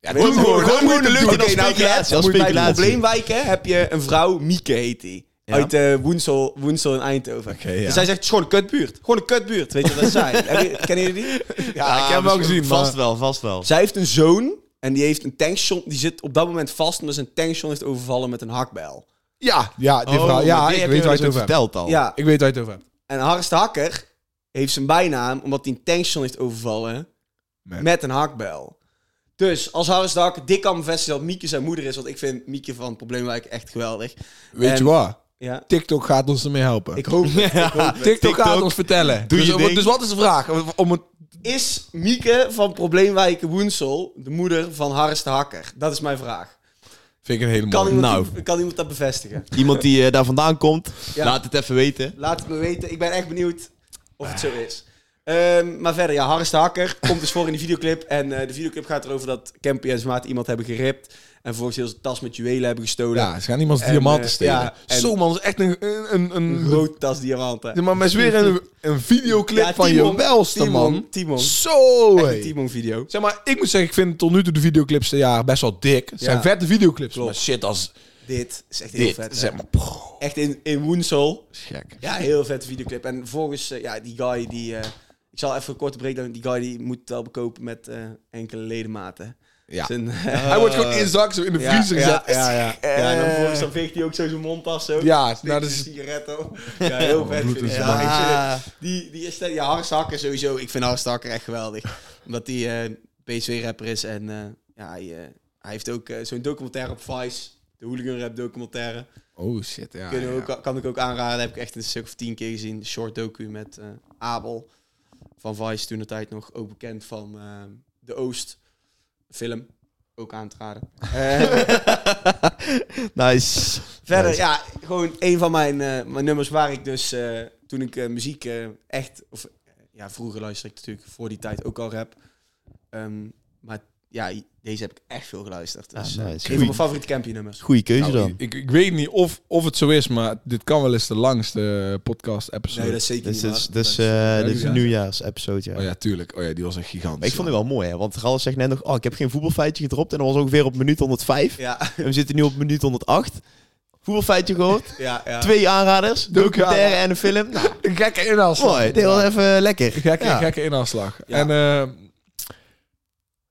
Ja, doe hem gewoon. Gooi hem gewoon in de lucht en dan speculatie. Dan nou, Moet je bij speculatie. probleemwijken heb je een vrouw, Mieke heet die. Uit eh, Woensel, Woensel in Eindhoven. ja. Dus hij zegt, het is gewoon een kutbuurt. Gewoon een kutbuurt, weet je wat dat (laughs) zijn? Kennen jullie die? Ja, ik heb hem wel gezien, Ah, Vast maar... wel, vast wel. Zij heeft een zoon en die heeft een tankstation. Die zit op dat moment vast omdat zijn tankstation heeft overvallen met een hakbijl. Ja, ja, Oh, die vrouw. Ja, ik weet waar je het over hebt. verteld al. Ja, Oh. Ik weet waar je het over hebt. En Harris de Hakker heeft zijn bijnaam omdat hij een tankstation heeft overvallen Met. met, een hakbel. Dus als Harris de Hakker dik kan bevestigen dat Mieke zijn moeder is, want ik vind Mieke van Probleemwijk echt geweldig. Weet je En- wat? Ja, TikTok gaat ons ermee helpen. ik hoop het. ik (laughs) hoop het. TikTok, gaat ons vertellen. Doe dus, je om- ding. dus wat is de vraag? Om- Om het... Is Mieke van Probleemwijk Woensel de moeder van Harris de Hakker? Dat is mijn vraag. Vind ik een hele Kan mooie. iemand, Nou. die- kan iemand dat bevestigen? Iemand die eh, daar vandaan komt, (laughs) Ja. laat het even weten. Laat het me weten. Ik ben echt benieuwd of het zo is. Ehm, maar verder, ja, Harris de Hakker (laughs) komt dus voor in de videoclip. En eh, de videoclip gaat erover dat Campy en zijn maat iemand hebben geript. En vervolgens heel zijn tas met juwelen hebben gestolen. Ja, ze gaan iemands En, diamanten eh, stelen. ja, en- Zo man, dat is echt een... een, een, een- Een grote tas diamanten. Ja, maar met weer een, een videoclip Ja, van Timon, je welste, Timon, man. Timon. Zo, Echt hé. een Timon video. Zeg maar, ik moet zeggen, ik vind tot nu toe de videoclips dit jaar best wel dik. Het zijn Ja. vette videoclips. Klopt. Maar shit als Dit is echt heel dit. vet. hè? zeg maar, bro, Echt in, in Woensel. is gek. Ja, heel vette videoclip. En volgens, eh, ja, die guy die... eh, ik zal even een korte breakdown. Die guy die moet het wel bekopen met eh, enkele ledematen. Ja. Zijn- Hij wordt gewoon in zak zo in de Ja, vriezer gezet. ja, ja, ja. ja, en dan vervolgens dan veegt hij ook zo zijn mondpas zo. Ja, nou, Steekt dat een is- (laughs) sigaret op. Ja, heel vet vind ik. Ja, ik vind het- Die, die is... Ja, Harris Hakker sowieso. Ik vind Harris Hakker echt geweldig. Omdat hij eh PSV-rapper is en eh, ja, hij, eh, hij heeft ook eh, zo'n documentaire op Vice. De hooligan-rap documentaire. Oh shit, ja. Kunnen we ja. ook, kan ik ook aanraden. heb ik echt een stuk of tien keer gezien. Een short docu met eh, Abel van Vice. Toen de tijd nog ook bekend van eh, de Oost film. Ook aan te (laughs) raden. Eh, Nice. Verder, ja, gewoon een van mijn, eh, mijn nummers waar ik dus eh, toen ik eh, muziek eh, echt, of eh, ja, vroeger luisterde ik natuurlijk voor die tijd ook al rap. Ehm, maar ja, deze heb ik echt veel geluisterd. Dus, Ah, nice. eh, Een van Goeie. mijn favoriete campy nummers. Goeie keuze Nou, dan. ik, ik weet niet of, of het zo is, maar dit kan wel eens de langste podcast-episode. Nee, dat is zeker Dit niet is, waar. dit is, eh, dit is ja. een nieuwjaars-episode, ja. Oh ja, tuurlijk. Oh ja, die was echt gigantisch. Maar ik vond het wel mooi, hè. Want Ralf zegt net nog, oh, ik heb geen voetbalfeitje gedropt. En dat was ongeveer op minuut 105. Ja, (laughs) En we zitten nu op minuut 108. Voetbalfeitje gehoord. ja, ja. Twee aanraders, documentaire ja. en een film. Nou, wel een gekke inhaalslag. mooi. Dit was even lekker. Gekke, Ja. gekke inhaalslag. Ja. En eh,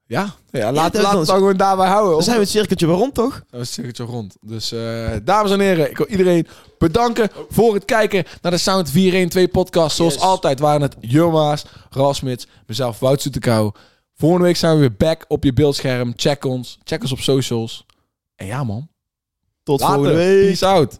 ja, ja, laat, dat laat was- het dan gewoon daarbij houden. Dan zijn we het cirkeltje weer rond, toch? Dat is het cirkeltje rond. Dus eh, dames en heren, ik wil iedereen bedanken voor het kijken naar de Sound 412 podcast. Zoals Yes. altijd waren het Joma's, Rasmits, mezelf, Wout Soetekau. Volgende week zijn we weer back op je beeldscherm. Check ons, check ons op socials. En ja man, Tot later. volgende week. Peace out.